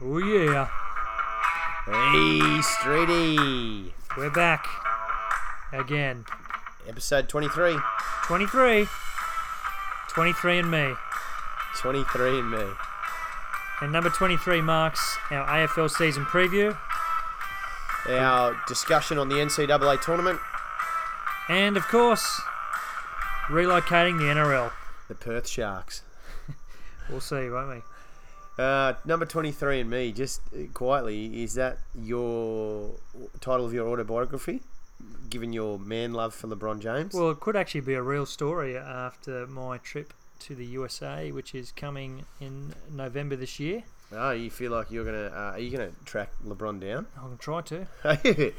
Oh yeah, Hey, straight A. we're back again. Episode 23. 23, 23 in May, 23 and me. and number 23 marks our AFL season preview Our discussion on the NCAA tournament, and of course relocating the NRL. the Perth Sharks. We'll see, won't we? Uh, number 23 and me, just uh, quietly, is that your title of your autobiography? Given your man love for LeBron James? Well, it could actually be a real story after my trip to the USA, which is coming in November this year. oh, you feel like you're going to, uh, are you going to track LeBron down? I'm gonna try to.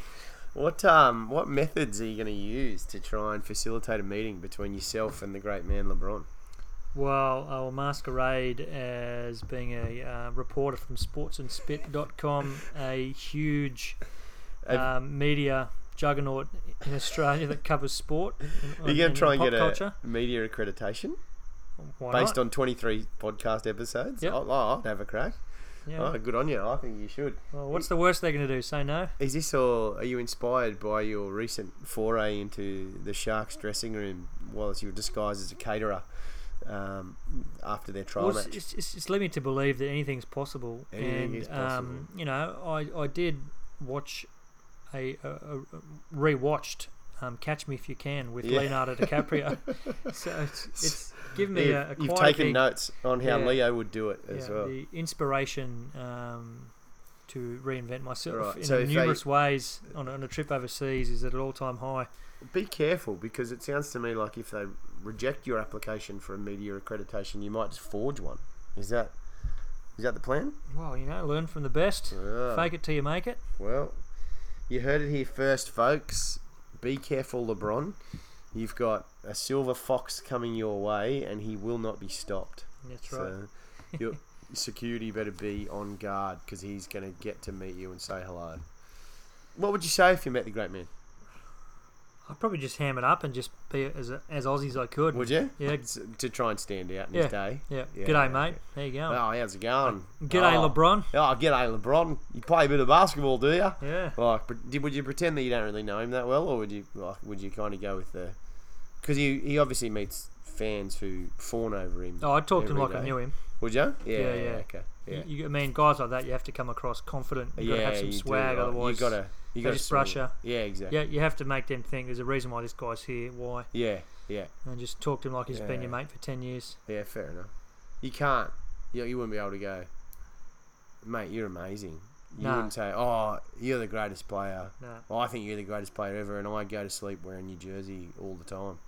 what um what methods are you going to use to try and facilitate a meeting between yourself and the great man LeBron? Well, I will masquerade as being a uh, reporter from sportsandspit.com, a huge Have- um, media juggernaut in Australia that covers sport. Are you going to try and pop get a culture. media accreditation Why based not? on 23 podcast episodes? Yep. I'll, I'll have a crack. Yeah. Oh, good on you. I think you should. Well, what's the worst they're going to do? Say no? Is this all? Are you inspired by your recent foray into the Sharks dressing room whilst you were disguised as a caterer um, after their trial Well, match? it's, it's, it's led me to believe that anything's possible. Anything and, is Um, you know, I, I did watch a, a, a rewatched um, Catch Me If You Can with Yeah. Leonardo DiCaprio. so it's, it's given me You've, a, a you've quite a taken big- notes on how yeah. Leo would do it as yeah, well. the inspiration um, to reinvent myself Right, in so if they- numerous ways on, on a trip overseas is at an all-time high. Be careful because it sounds to me like if they reject your application for a media accreditation, you might just forge one. Is that is that the plan? Well, you know, learn from the best. Yeah. Fake it till you make it. Well, you heard it here first, folks. Be careful, LeBron. You've got a silver fox coming your way, and he will not be stopped. That's right. So your security better be on guard because he's going to get to meet you and say hello. What would you say if you met the great man? I'd probably just ham it up and just be as as Aussie as I could. Would you? Yeah. S- To try and stand out in Yeah. his day. yeah. Yeah. G'day, mate. There you go. Oh, how's it going? G'day, oh. LeBron. Oh, g'day, LeBron. You play a bit of basketball, do you? Yeah. Like, pre- did, would you pretend that you don't really know him that well, or would you like would you kind of go with the? Because he he obviously meets fans who fawn over him. Oh, I talked to him Every like I day. knew him. Would you? Yeah, Yeah, yeah, yeah. okay, yeah. You- You, I mean, guys like that, you have to come across confident. You've got to have some you do, swag, right. otherwise, you gotta you gotta just brush smile. her. Yeah, exactly. yeah, you have to make them think there's a reason why this guy's here. Why? Yeah, yeah, And just talk to him like he's been Yeah. your mate for ten years. yeah. Fair enough. You can't. You, you wouldn't be able to go, mate. You're amazing. You Nah. wouldn't say, "Oh, you're the greatest player." No, Well, I think you're the greatest player ever, and I go to sleep wearing your jersey all the time.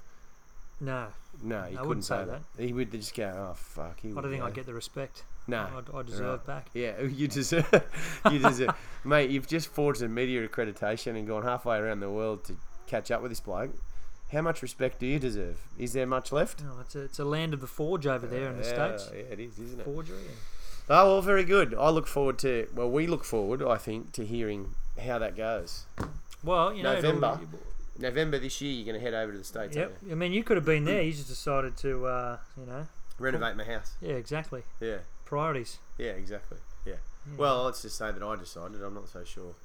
no. No, he I couldn't wouldn't say, say that. He would just go, "Oh fuck." He I don't think go. I get the respect No. I, I deserve back. Yeah, you deserve. you deserve, mate. You've just forged a media accreditation and gone halfway around the world to catch up with this bloke. How much respect do you deserve? Is there much left? No, Oh, it's a, it's a land of the forge over there in the yeah, states. Yeah, it is, isn't it? Forgery. and- Oh well, very good. I look forward to. Well, we look forward, I think, to hearing how that goes. Well, you know, it'll- November. November this year, you're going to head over to the states. Yep. aren't I mean, you could have been there. You just decided to, uh, you know. you? Renovate my house. Yeah, exactly. Yeah. Priorities. Yeah, exactly. Yeah. Yeah. Well, let's just say that I decided. I'm not so sure.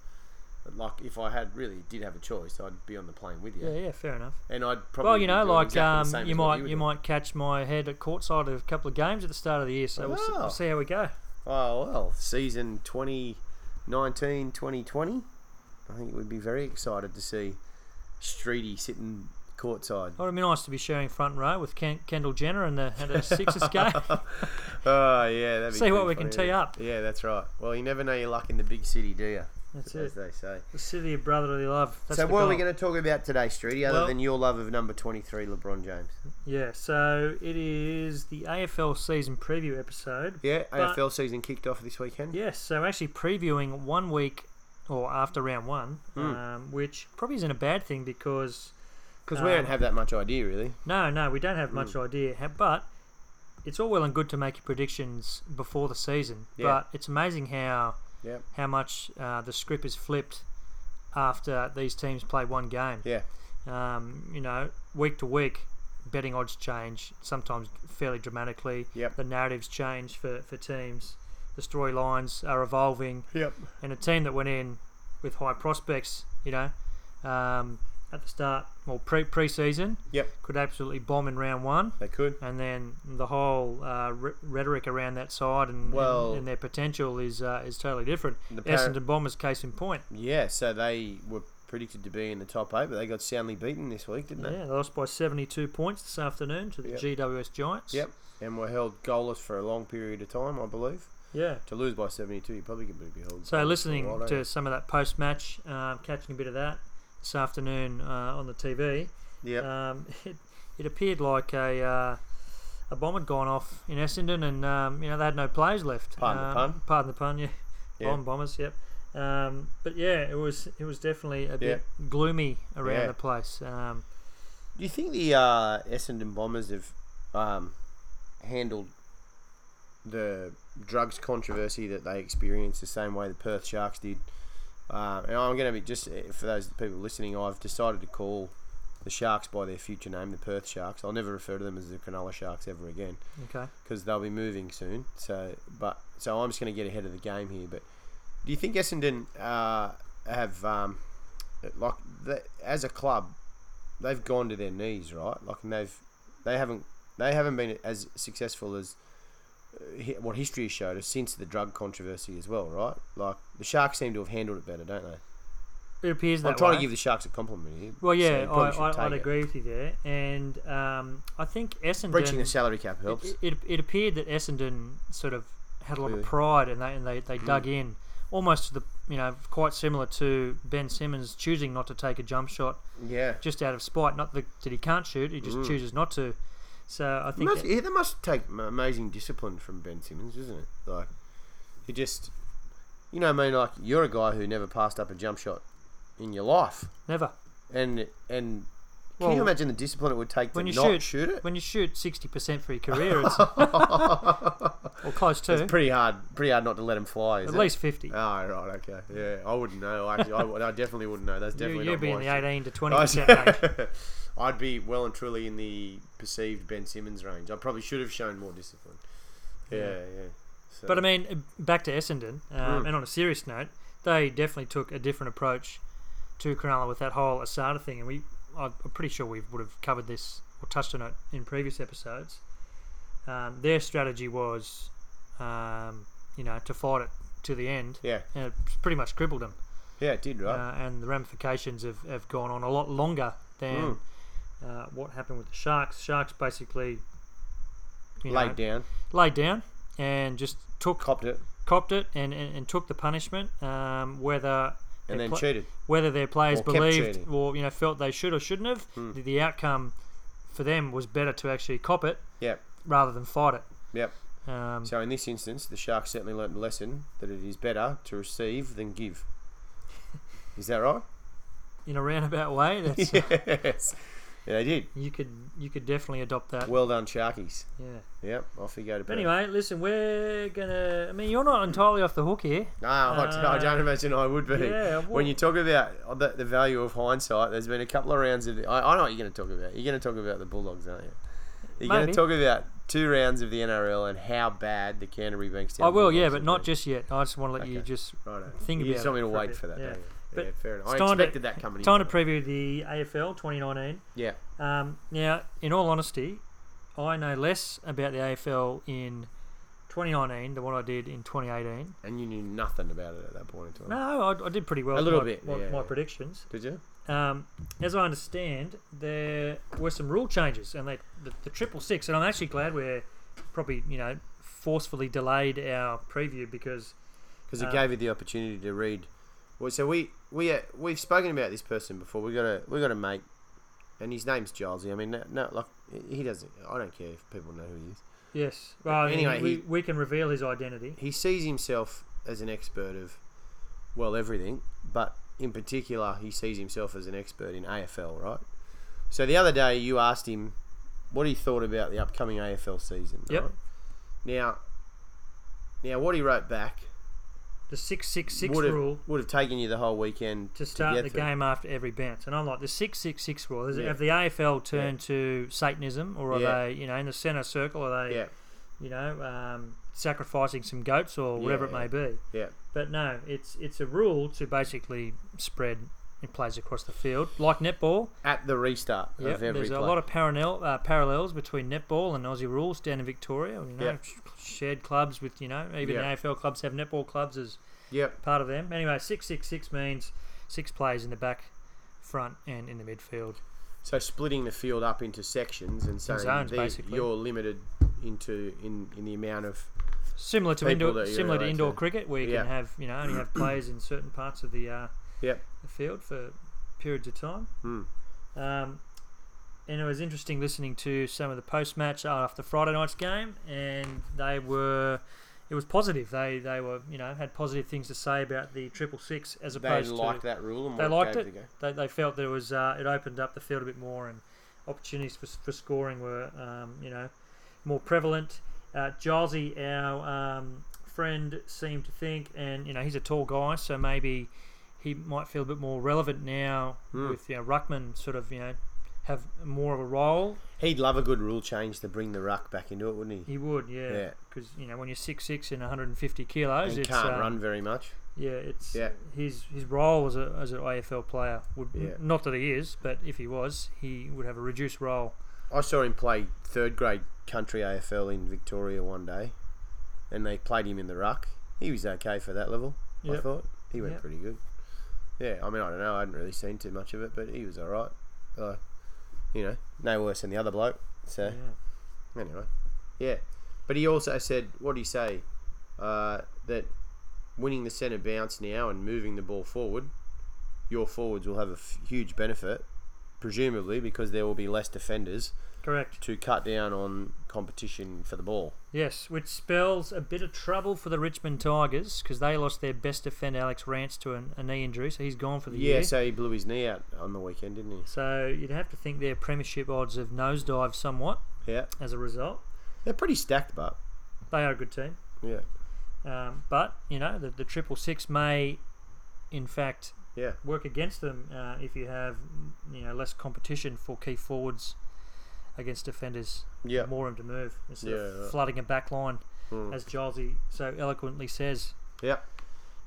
But, Like, if I had really did have a choice, I'd be on the plane with you. Yeah, yeah, fair enough. And I'd probably Well, you know, be doing like exactly the um, same you as what might were you doing. might catch my head at courtside of a couple of games at the start of the year. So we'll, see, Oh. we'll see how we go. Oh well, season 2019, 2020. I think we'd be very excited to see Streety sitting courtside. Oh, it'd be nice to be sharing front row with Ken- Kendall Jenner and the, and the Sixers game. Oh yeah, that'd be See what pretty we can funny, tee wouldn't up. it? Yeah, that's right. Well, you never know your luck in the big city, do you? That's it. as they say. The city of brotherly love. That's so, the what are goal. we going to talk about today, Streety, other Well- than your love of number 23, LeBron James? Yeah, so it is the AFL season preview episode. Yeah, But- AFL season kicked off this weekend. Yes, so actually previewing one week or after round one, Mm. um, which probably isn't a bad thing because Because we don't Um, have that much idea, really. no, no, we don't have much Hmm. idea. Ha- But it's all well and good to make your predictions before the season, Yeah. but it's amazing how Yep. how much uh, the script is flipped after these teams play one game. Yeah. Um, you know, week to week, betting odds change sometimes fairly dramatically. Yep. The narratives change for, for teams. The the storylines are evolving, Yep. and a team that went in with high prospects, you know, um, at the start or pre pre season, Yep. could absolutely bomb in round one, They could. and then the whole uh, r- rhetoric around that side and, Well- and, and their potential is uh, is totally different. The par- Essendon Bombers, case in point. Yeah, so they were predicted to be in the top eight, but they got soundly beaten this week, didn't they? Yeah, they lost by 72 points this afternoon to the Yep. GWS Giants. Yep. And were held goalless for a long period of time, I believe. Yeah. To lose by 72, you probably could be held. goalless So for a eh? listening while, don't to you? some of that post-match, um, catching a bit of that this afternoon uh, on the TV, Yep. um, it, it appeared like a uh, a bomb had gone off in Essendon, and um, you know they had no players left. Pardon the um, pun. Pardon the pun. Yeah. Yeah. Bomb bombers. Yep. Um, but yeah, it was it was definitely a bit gloomy around Yeah. the place. Um, Do you think the uh, Essendon Bombers have um, handled the drugs controversy that they experienced the same way the Perth Sharks did? Uh, and I'm going to be just eh, for those people listening, I've decided to call the Sharks by their future name, the Perth Sharks. I'll never refer to them as the Cronulla Sharks ever again okay. because they'll be moving soon. So, but so I'm just going to get ahead of the game here. But do you think Essendon uh, have um, like the, as a club they've gone to their knees, right? Like, and they've they haven't they haven't been as successful as uh, hi- what history has showed us since the drug controversy as well, right? Like the Sharks seem to have handled it better, don't they? It appears that I'm trying way. to give the Sharks a compliment here. Well, so yeah, you probably I, should I, I'd take it. agree with you there, and um, I think Essendon Breaching the salary cap helps. It, it, it appeared that Essendon sort of had a lot Clearly. Hmm. of pride and they, and they, they dug in almost to the, you know, quite similar to Ben Simmons choosing not to take a jump shot yeah. just out of spite. Not that, that he can't shoot, he just chooses not to. So I think Hmm. must, that, yeah, that must take m- amazing discipline from Ben Simmons, isn't it? Like, he just, you know, what I mean, like you're a guy who never passed up a jump shot in your life, never. and and can Well, you imagine the discipline it would take to When you not shoot, shoot, it? when you shoot 60% for your career, it's, or close to, It's pretty hard, pretty hard not to let him fly. Is at it? least 50. Oh right, okay, yeah. I wouldn't know. Actually, I, would- I definitely wouldn't know. That's you, definitely you'd not be my in the shit. 18 to I 20% range. would be well and truly in the perceived Ben Simmons range. I probably should have shown more discipline. Yeah, yeah. So- But I mean, back to Essendon, um, Mm. and on a serious note, they definitely took a different approach to Cronulla with that whole Asada thing, and we, I'm I'm pretty sure we would have covered this or touched on it in previous episodes. Um, their strategy was, um, you know, to fight it to the end, yeah, and it pretty much crippled them. yeah, it did right. Uh, and the ramifications have, have gone on a lot longer than Hmm. uh, what happened with the Sharks. Sharks basically you know, laid down, laid down and just took copped it, copped it and, and, and took the punishment. Um, whether and their then pla- cheated. whether their players Or kept believed cheating. Hmm. or you know felt they should or shouldn't have, the, the outcome for them was better to actually cop it Yep, rather than fight it. yep. Um, So in this instance, the Sharks certainly learnt a lesson that it is better to receive than give. Is that right? in a roundabout way, that's, yes. Yeah, they did. you could you could definitely adopt that. Well done, Sharkies. yeah. Yep, off you go to But Perth. anyway, listen, we're gonna. I mean, you're not entirely off the hook here. No, I d- I don't Uh, imagine I would be. yeah, well- when you talk about the, the value of hindsight, there's been a couple of rounds of. The, I, I know what you're going to talk about. You're going to talk about the Bulldogs, aren't you? You're going to Maybe. talk about two rounds of the NRL and how bad the Canterbury Bankstown. I will, yeah, Bulldogs but have not been. just yet. I just want to let you Okay. just Righto. think you about just want it me to for a wait bit, for that. yeah. don't you? But yeah, fair enough. it's I time to- expected that coming. time to in. preview the AFL 2019. yeah, Um, now, in all honesty, I know less about the AFL in 2019 than what I did in 2018. and you knew nothing about it at that point in time. No, I, I did pretty well. Oh. A with little my, bit, my, yeah, my yeah. predictions. Did you? Um, as I understand, there were some rule changes, and they the, the triple six. And I'm actually glad we're probably you know forcefully delayed our preview because Because it Uh, gave you the opportunity to read. Well, so we we uh, we've spoken about this person before. We got a we got a mate, and his name's Gilesy. I mean, no, no like he- he doesn't. I don't care if people know who he is. yes, well, anyway, anyway, we, he- we can reveal his identity. he sees himself as an expert of well everything, but in particular he sees himself as an expert in AFL, right? So the other day you asked him what he thought about the upcoming AFL season. Yep. Right? Now, now what he wrote back The six six six would rule have, would have taken you the whole weekend to start get the through. game after every bounce. And I'm like, the 666 rule, is it Yeah. have the AFL turned to Satanism or are Yeah. they, you know, in the centre circle? Are they, Yeah, you know, um, sacrificing some goats or whatever Yeah. it may be. Yeah. But no, it's it's a rule to basically spread it plays across the field like netball. At the restart Yep, of every there's play. a lot of parallel uh, parallels between netball and Aussie rules down in Victoria. You know, Yep. sh- shared clubs with you know even Yep. the AFL clubs have netball clubs as yep. part of them. Anyway, six six six means six players in the back, front, and in the midfield. So splitting the field up into sections and saying zones, the- basically. you're limited into in, in the amount of Similar to People indoor, that you're similar to allowed indoor to- cricket, where you Yeah. can have you know only have players in certain parts of the uh, Yep. the field for periods of time. Hmm. Um, and it was interesting listening to some of the post match after Friday night's game, and they were. It was positive. They they were you know had positive things to say about the triple six as they opposed liked to that rule and they what liked gave it. a go. they, they felt there was uh, it opened up the field a bit more and opportunities for, for scoring were um, you know more prevalent. Uh, Gilesy, our um, friend, seemed to think, and you know he's a tall guy, so maybe he might feel a bit more relevant now Hmm. with you know Ruckman sort of you know have more of a role. He'd love a good rule change to bring the ruck back into it, wouldn't he? He would, yeah, Yeah. because you know when you're six six and 150 kilos, And he it's can't um, run very much. Yeah, it's Yeah. his his role as a as an AFL player would Yeah. not that he is, but if he was, he would have a reduced role. I saw him play third grade country AFL in Victoria one day, and they played him in the ruck. He was okay for that level. I Yep. thought he went Yep. pretty good. Yeah, I mean I don't know. I hadn't really seen too much of it, but he was all right. Uh, you know, no worse than the other bloke. So. Yeah. Anyway, yeah, but he also said, "What do you say?" Uh, that winning the centre bounce now and moving the ball forward, your forwards will have a f- huge benefit, presumably because there will be less defenders Correct. to cut down on competition for the ball. Yes, which spells a bit of trouble for the Richmond Tigers because they lost their best defender Alex Rance to an, a knee injury, so he's gone for the Yeah, year. so he blew his knee out on the weekend, didn't he? So you'd have to think their premiership odds have nosedived somewhat Yeah, as a result. they're pretty stacked, but They are a good team. yeah, Um, but, you know, the, the triple six may, in fact, yeah, work against them uh, if you have, you know, less competition for key forwards against defenders. yeah. More room to move instead of Yeah, right. flooding a back line, Mm. as Gilesy so eloquently says. Yeah,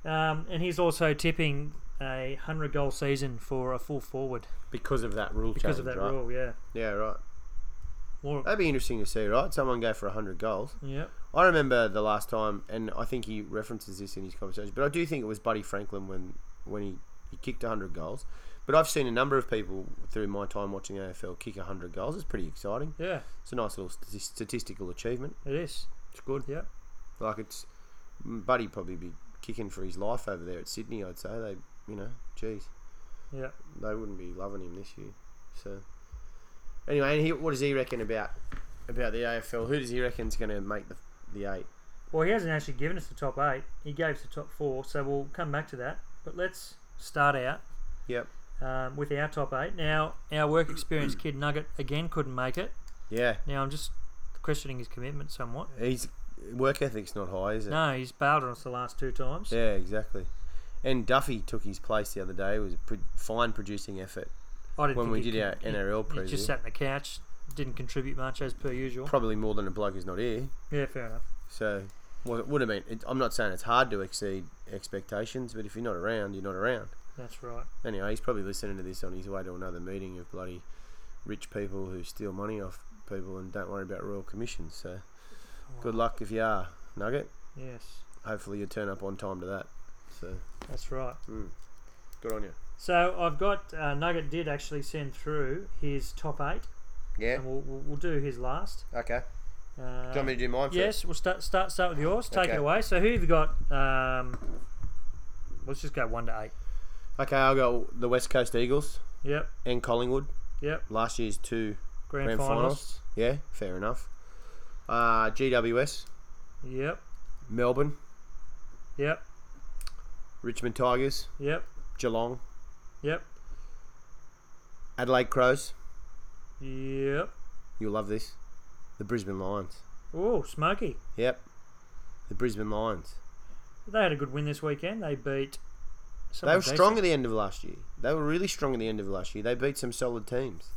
Um, and he's also tipping a 100 goal season for a full forward because of that rule because change, of that right? rule, yeah. Yeah, right. More, That'd be interesting to see, right? Someone go for hundred goals. yeah. I remember the last time, and I think he references this in his conversation, but I do think it was Buddy Franklin when when he, he kicked 100 goals. But I've seen a number of people through my time watching AFL kick 100 goals. It's pretty exciting. Yeah, It's a nice little st- statistical achievement. it is. It's good. Yeah. Like it's mm, Buddy probably be kicking for his life over there at Sydney. I'd say they, you know, geez, Yeah. they wouldn't be loving him this year. So anyway, and he, what does he reckon about about the AFL? Who does he reckon's going to make the the eight? Well, he hasn't actually given us the top eight. He gave us the top four, so we'll come back to that. But let's start out Yep. um, with our top eight. Now, our work experience kid Nugget again couldn't make it. Yeah. Now, I'm just questioning his commitment somewhat. He's work ethic's not high, is it? No, he's bailed on us the last two times. Yeah, exactly. And Duffy took his place the other day. It was a pro- fine producing effort I didn't when think we he did our could- he- NRL He just preview. sat on the couch, didn't contribute much as per usual. Probably more than a bloke who's not here. Yeah, fair enough. So well, it would have been. It, I'm not saying it's hard to exceed expectations, but if you're not around, you're not around. That's right. Anyway, he's probably listening to this on his way to another meeting of bloody rich people who steal money off people and don't worry about royal commissions. So good luck if you are Nugget. Yes, Hopefully you turn up on time to that. So that's right. good on you. So I've got uh, Nugget did actually send through his top eight, Yeah. and we'll, we'll, we'll do his last. Okay. Uh, Do you want me to do mine first? yes, we'll start start start with yours. Take Okay. it away. So who have you got? Um, let's just go one to eight. Okay, I'll go the West Coast Eagles Yep, and Collingwood. yep. Last year's two Grand, grand finalists. finals. Yeah, fair enough. Uh, GWS, Yep, Melbourne, yep, Richmond Tigers, yep, Geelong, yep, Adelaide Crows. yep. You'll love this. The Brisbane Lions. Oh, Smoky. Yep. The Brisbane Lions. They had a good win this weekend. They beat. They someone were decent. strong at the end of last year. They were really strong at the end of last year. They beat some solid teams.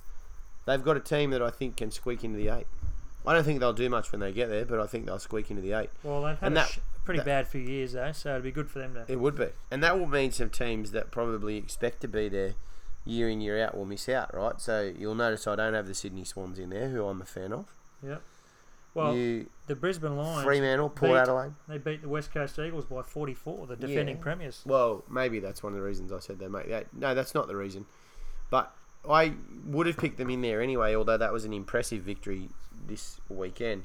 They've got a team that I think can squeak into the eight. I don't think they'll do much when they get there, but I think they'll squeak into the eight. Well, they've had And a that- sh- pretty that- bad few years though, so it'd be good for them to. It would be, and that will mean some teams that probably expect to be there year in year out will miss out, right? So you'll notice I don't have the Sydney Swans in there, who I'm a fan of. Yep. Well, you the Brisbane Lions Fremantle, Port beat- Adelaide. they beat the West Coast Eagles by 44, the defending Yeah. premiers. Well, maybe that's one of the reasons I said they make that. No, that's not the reason. But I would have picked them in there anyway, although that was an impressive victory this weekend.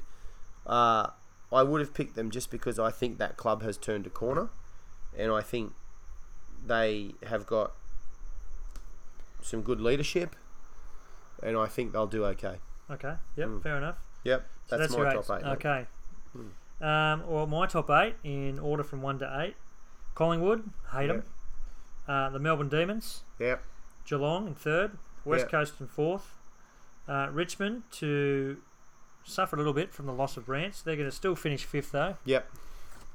Uh, I would have picked them just because I think that club has turned a corner, and I think they have got some good leadership, and I think they'll do okay. Okay. Yep. Mm. Fair enough. Yep, So that's, your my top eight. mate. Okay. Um, well, my top eight in order from one to eight: Collingwood, hate them. Uh, the Melbourne Demons, Yep, Geelong in third, West Yeah. Coast in fourth, uh, Richmond to suffer a little bit from the loss of Rance. They're going to still finish fifth though. yep,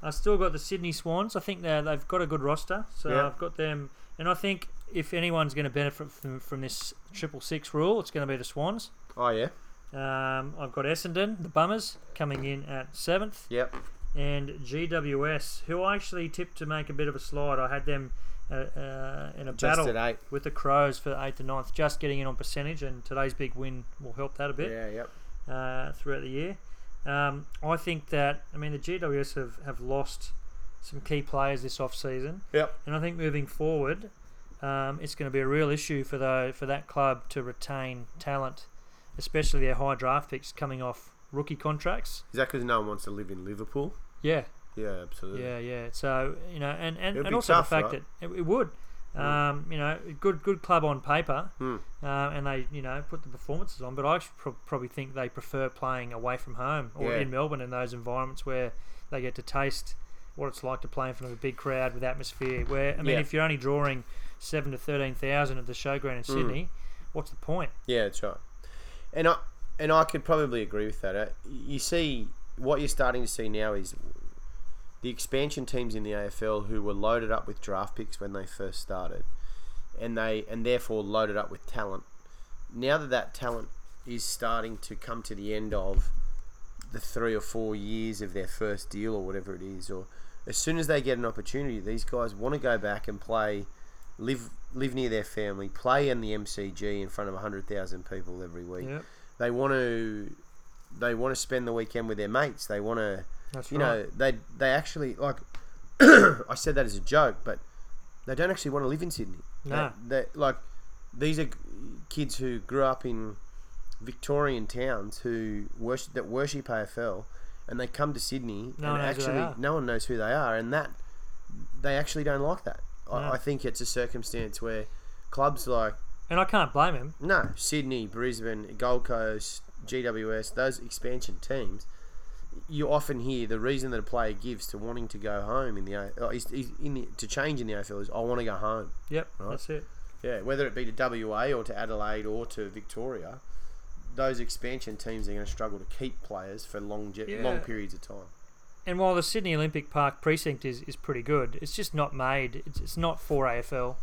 I've still got the Sydney Swans. I think they they've got a good roster, so Yeah. I've got them. And I think if anyone's going to benefit from, from this triple six rule, it's going to be the Swans. oh yeah, Um, I've got Essendon, the Bummers, coming in at seventh yep, and GWS, who I actually tipped to make a bit of a slide. I had them uh, uh, in a just battle at eight. with the Crows for 8th and 9th, just getting in on percentage, and today's big win will help that a bit Yeah, yep, uh, throughout the year. Um, I think that, I mean, the GWS have, have lost some key players this off-season, yep, and I think moving forward, um, it's going to be a real issue for, the, for that club to retain talent, especially their high draft picks coming off rookie contracts. Is that because no one wants to live in Liverpool? Yeah, Yeah, absolutely. Yeah, yeah. So you know, and and, It'd and be also tough, the fact right? that it, it would, um, you know, good good club on paper, Hmm. uh, and they you know put the performances on. But I should pro- probably think they prefer playing away from home or Yeah. in Melbourne in those environments where they get to taste what it's like to play in front of a big crowd with atmosphere. Where I mean, Yeah. if you're only drawing seven to thirteen thousand at the showground in Hmm. Sydney, what's the point? Yeah, that's right. And I and I could probably agree with that. Uh, You see, what you're starting to see now is the expansion teams in the AFL who were loaded up with draft picks when they first started, and they and therefore loaded up with talent. Now that that talent is starting to come to the end of the three or four years of their first deal or whatever it is, or as soon as they get an opportunity, these guys want to go back and play live live near their family, play in the MCG in front of hundred thousand people every week. Yep, They want to they want to spend the weekend with their mates. They want to that's you right. know they they actually like I said that as a joke, but they don't actually want to live in Sydney. No. they, they- like these are g- kids who grew up in Victorian towns who worship that worship AFL, and they come to Sydney No one and knows who they actually are. no one knows who they are, and that they actually don't like that. No. I, I think it's a circumstance where clubs like and I can't blame him. no, Sydney, Brisbane, Gold Coast, GWS, those expansion teams, you often hear the reason that a player gives to wanting to go home in the A- uh, is, is in the, to change in the AFL is I want to go home. Yep, Right. that's it. Yeah, whether it be to WA or to Adelaide or to Victoria, those expansion teams are going to struggle to keep players for long je- Yeah. long periods of time. And while the Sydney Olympic Park precinct is, is pretty good, it's just not made. It's, it's not for AFL.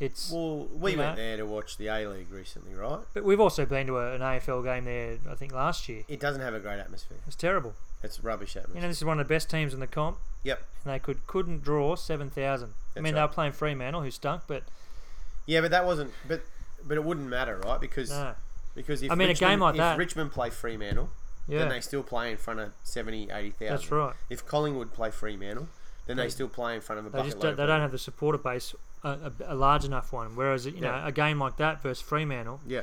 It's Well, we You went know. there to watch the A League recently, right? but we've also been to a, an AFL game there. I think last year It doesn't have a great atmosphere. it's terrible. It's rubbish You atmosphere. know, this is one of the best teams in the comp, Yep. and they could couldn't draw seven thousand. I That's mean, they were right. playing Fremantle, who stunk, but Yeah, but that wasn't. But but it wouldn't matter, right? Because no, Because if I mean, a Richmond, game like if that- Richmond play Fremantle, yeah, then they still play in front of 70, 80,000. that's right. If Collingwood play Fremantle, then they still play in front of a They bucket just load don't, of they people. don't have the supporter base a, a, a large enough one. Whereas you know Yeah. a game like that versus Fremantle, Yeah,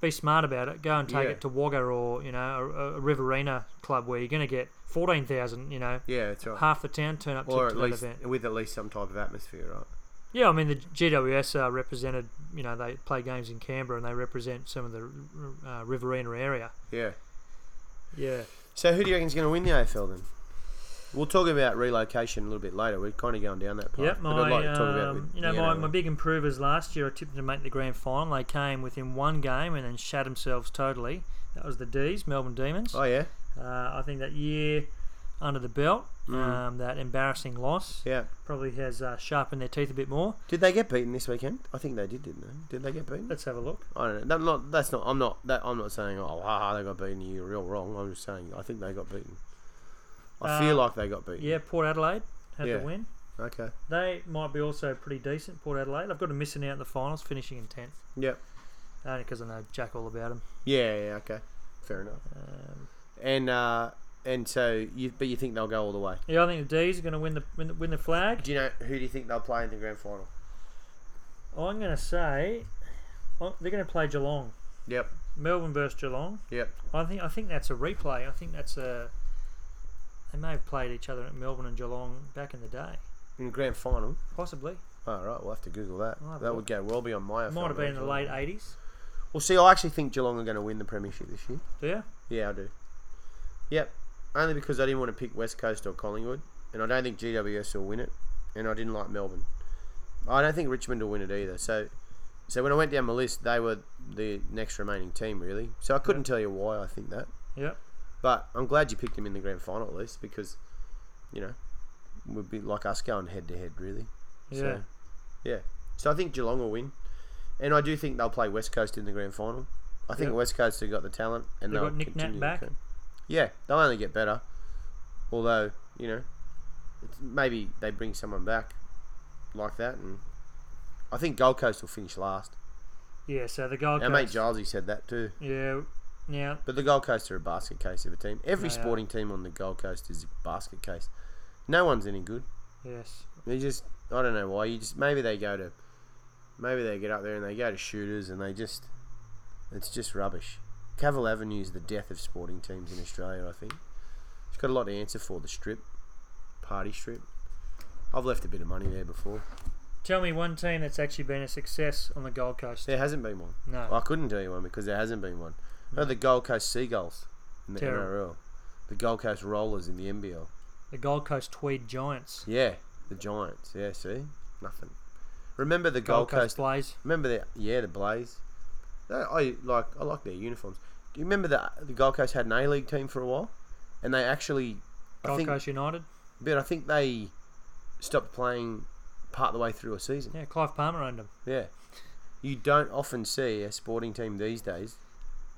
be smart about it. Go and take Yeah. it to Wagga or you know a, a Riverina club where you're going to get fourteen thousand. You know, yeah, that's right. half the town turn up to, Or to at that least event. with at least some type of atmosphere, right? Yeah, I mean the GWS are represented. You know, they play games in Canberra and they represent some of the uh, Riverina area. Yeah. Yeah, So who do you reckon's going to win the AFL then? We'll talk about relocation a little bit later. We're kind of going down that path. yeah. but My, I'd like to talk about it um, with you know, the my, NRL. my big improvers last year. I tipped them to make the grand final. They came within one game and then shat themselves totally. That was the D's, Melbourne Demons. Oh yeah, Uh, I think that year under the belt. Um, that embarrassing loss Mm. Yeah. probably has uh, sharpened their teeth a bit more. Did they get beaten this weekend? I think they did, didn't they? Did they get beaten? Let's have a look. I don't know. That, not, that's not. I'm not. That I'm not saying. Oh, ah, they got beaten. You're real wrong. I'm just saying. I think they got beaten. I Uh, feel like they got beaten. Yeah, Port Adelaide had Yeah. the win. Okay. They might be also pretty decent, Port Adelaide. I've got them missing out in the finals, finishing in 10th, Yep. only because I know Jack all about them. Yeah. Yeah. Okay. Fair enough. Um, And uh, and so you, but you think they'll go all the way. yeah, I think the D's are going to win the, win the win the flag. Do you know who do you think they'll play in the grand final? I'm going to say oh, they're going to play Geelong. Yep. Melbourne versus Geelong. Yep. I think I think that's a replay. I think that's a they may have played each other at Melbourne and Geelong back in the day, In the grand final. possibly. All right. We'll have to Google that. Might have that been. would go well beyond my. It AFL might have been in the knowledge. late '80s. Well, see, I actually think Geelong are going to win the premiership this year. Do you? Yeah, I do. Yep. Only because I didn't want to pick West Coast or Collingwood, and I don't think GWS will win it, and I didn't like Melbourne. I don't think Richmond will win it either. So, so when I went down my list, they were the next remaining team really. So I couldn't tell you why I think that, Yep. but I'm glad you picked them in the grand final at least because, you know, would be like us going head to head really. Yeah. So, yeah. So I think Geelong will win, and I do think they'll play West Coast in the grand final. I think Yep. West Coast have got the talent, and They've will got Nick Nat back. Yeah, they'll only get better. Although you know, it's, maybe they bring someone back like that, and I think Gold Coast will finish last. Yeah. So the Gold Our mate Coast. Gilesy said that too. Yeah. Now But the Gold Coast are a basket case of a team. Every They are. sporting team on the Gold Coast is a basket case. No one's any good. yes. They just I don't know why. You just maybe they go to maybe they get up there and they go to shooters and they just it's just rubbish. Cavill Avenue is the death of sporting teams in Australia, I think. It's got a lot to answer for the strip, party strip. I've left a bit of money there before. Tell me one team that's actually been a success on the Gold Coast. There hasn't been one. No. I couldn't tell you one because there hasn't been one. No, the Gold Coast Seagulls in the Terrible. NRL. The Gold Coast Rollers in the NBL. The Gold Coast Tweed Giants. Yeah, the Giants. Yeah, see? Nothing. Remember the Gold, Gold, Coast, Coast Blaze. Remember the yeah the Blaze. They- I like I like their uniforms. Do you remember the the Gold Coast had an A League team for a while, and they actually, I Gold think, Coast United. but I think they stopped playing part of the way through a season. Yeah. Clive Palmer owned them. Yeah, you don't often see a sporting team these days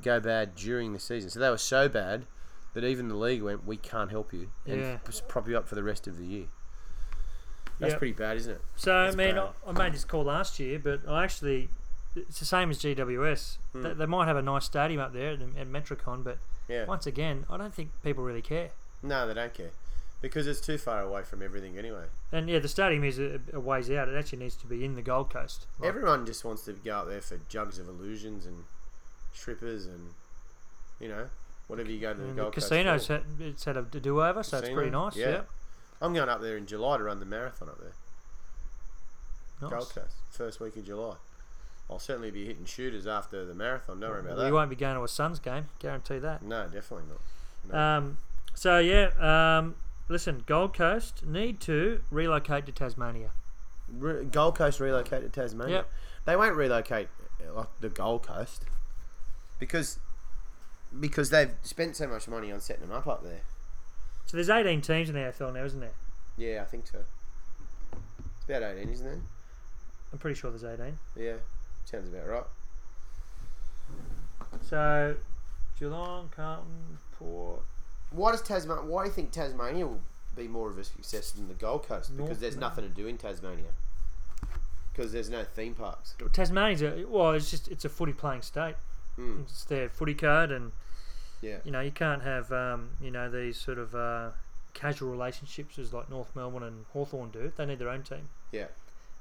go bad during the season. So they were so bad that even the league went, we can't help you, and Yeah. just prop you up for the rest of the year. That's Yep. pretty bad, isn't it? So I That's mean, I, bad. I made this call last year, but I actually it's the same as GWS. Hmm. They, they might have a nice stadium up there at, at Metricon, but Yeah. once again, I don't think people really care. No, they don't care because it's too far away from everything anyway. And yeah, the stadium is a, a ways out. It actually needs to be in the Gold Coast. Like, Everyone just wants to go out there for jugs of illusions and strippers and you know whatever you go to Mm, the and the Gold Coast casinos for. had, it's had a do over, so it's pretty Casino, nice. Yeah, I'm going up there in July to run the marathon up there. nice. Gold Coast, first week of July. I'll certainly be hitting shooters after the marathon. Don't worry about We that. won't be going to a Suns game, guarantee that. No, definitely not. Um, so yeah, um, listen, Gold Coast need to relocate to Tasmania. Re- Gold Coast relocate to Tasmania. Yep. They won't relocate uh, like the Gold Coast because because they've spent so much money on setting them up up there. So there's 18 teams in the AFL now, isn't there? Yeah, I think so. It's about eighteen, isn't it? I'm pretty sure there's 18. Yeah, sounds about right. So, Geelong, Carlton, Port. Why does Tasman? Why do you think Tasmania will be more of a success than the Gold Coast? Because North there's Melbourne. nothing to do in Tasmania. Because there's no theme parks. Tasmania's a well, it's just it's a footy playing state. Mm. It's their footy card, and Yeah. you know you can't have um, you know these sort of uh, casual relationships as like North Melbourne and Hawthorn do. They need their own team, Yeah.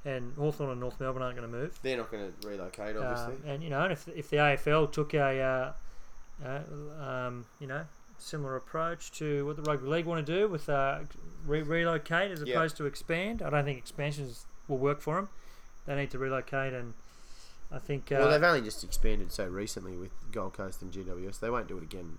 and Hawthorn and North Melbourne aren't going to move. They're not going to relocate, Um, obviously. and you know, and if if the AFL took a uh, uh, um, you know similar approach to what the rugby league want to do with uh, re- relocate as Yeah. opposed to expand, I don't think expansions will work for them. They need to relocate, and I think uh, well, they've only just expanded so recently with Gold Coast and GWS. They won't do it again